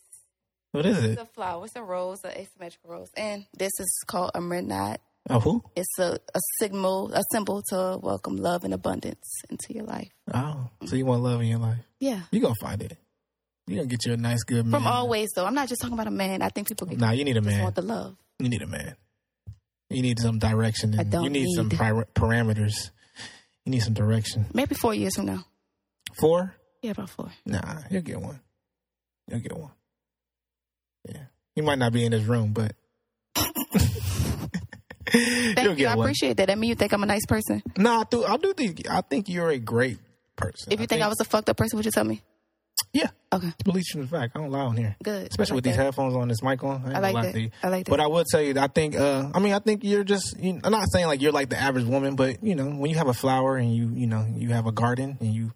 Speaker 3: What is
Speaker 4: is
Speaker 3: it?
Speaker 4: a flower. It's a rose, an asymmetrical rose, and this is called a mernat.
Speaker 3: Oh, who?
Speaker 4: It's a, a signal, a symbol to welcome love and abundance into your life.
Speaker 3: Oh, so you want love in your life?
Speaker 4: Yeah,
Speaker 3: You gonna find it? You gonna get you a nice, good man?
Speaker 4: from all ways though. I'm not just talking about a man. I think people get,
Speaker 3: Nah, you need a
Speaker 4: just
Speaker 3: man.
Speaker 4: want the love.
Speaker 3: You need a man. You need some direction. And
Speaker 4: I don't
Speaker 3: you need, some
Speaker 4: need-
Speaker 3: pri- parameters. You need some direction.
Speaker 4: Maybe four years from now.
Speaker 3: Four?
Speaker 4: Yeah, about four.
Speaker 3: Nah, you'll get one. You'll get one. Yeah. You might not be in this room, but
Speaker 4: Thank
Speaker 3: you'll
Speaker 4: you.
Speaker 3: get
Speaker 4: I
Speaker 3: one.
Speaker 4: appreciate that. That mean you think I'm a nice person.
Speaker 3: no, I do. I do think. I think you're a great person.
Speaker 4: If you think I was a fucked up person, would you tell me?
Speaker 3: yeah.
Speaker 4: Okay,
Speaker 3: Believe you in the fact, I don't lie on here.
Speaker 4: good.
Speaker 3: especially
Speaker 4: I
Speaker 3: with
Speaker 4: like
Speaker 3: these
Speaker 4: that.
Speaker 3: headphones on, this mic on. I, ain't
Speaker 4: I like
Speaker 3: gonna lie
Speaker 4: that.
Speaker 3: to you.
Speaker 4: I like that.
Speaker 3: But I will tell you, I think. Uh, I mean, I think you're just. You, I'm not saying like you're like the average woman, but you know, when you have a flower and you, you know, you have a garden and you,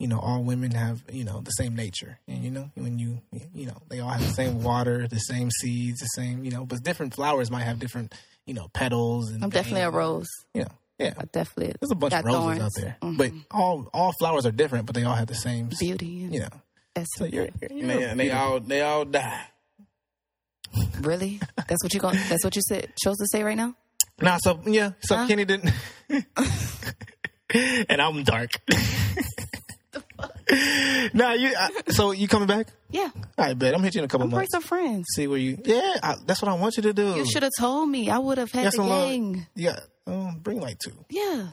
Speaker 3: you know, all women have you know the same nature, and you know, when you, you know, they all have the same water, the same seeds, the same, you know, but different flowers might have different, you know, petals. And
Speaker 4: I'm definitely a
Speaker 3: veins.
Speaker 4: rose.
Speaker 3: You know, yeah.
Speaker 4: I definitely.
Speaker 3: There's a bunch
Speaker 4: got
Speaker 3: of roses
Speaker 4: thorns.
Speaker 3: out there,
Speaker 4: Mhm.
Speaker 3: but all all flowers are different, but they all have the same,
Speaker 4: beauty. And
Speaker 3: you know. So you're, you're,
Speaker 2: And they, and they all they all die.
Speaker 4: Really? That's what you going That's what you said. Chose to say right now.
Speaker 3: Nah, so yeah, so
Speaker 4: Huh?
Speaker 3: Kenny didn't, and I'm dark. nah, you. I, so you coming back?
Speaker 4: Yeah,
Speaker 3: I bet I'm hitting you in a couple
Speaker 4: I'm
Speaker 3: months.
Speaker 4: friends of friends.
Speaker 3: See where you? Yeah, I, that's what I want you to do.
Speaker 4: You should have told me. I would have had
Speaker 3: Yes,
Speaker 4: the
Speaker 3: I'm, uh,
Speaker 4: gang.
Speaker 3: Yeah, um, bring like two,
Speaker 4: Yeah.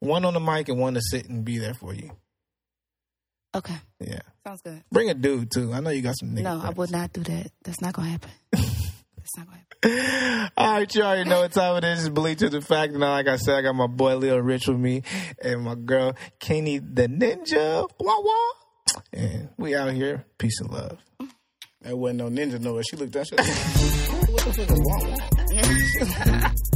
Speaker 3: one on the mic and one to sit and be there for you.
Speaker 4: Okay.
Speaker 3: Yeah,
Speaker 4: Sounds good.
Speaker 3: bring a dude too. I know you got some. Nigga
Speaker 4: No, I
Speaker 3: friends.
Speaker 4: would not do that. That's not gonna happen. That's not gonna happen.
Speaker 3: All right, you already know what time it is. It's Believe to the fact. Now, like I said, I got my boy Lil Rich with me and my girl Kenny the Ninja. Wah wah. And we out here. Peace and love.
Speaker 2: There wasn't no ninja nowhere. She looked at she was like, "What the fuck is wrong?"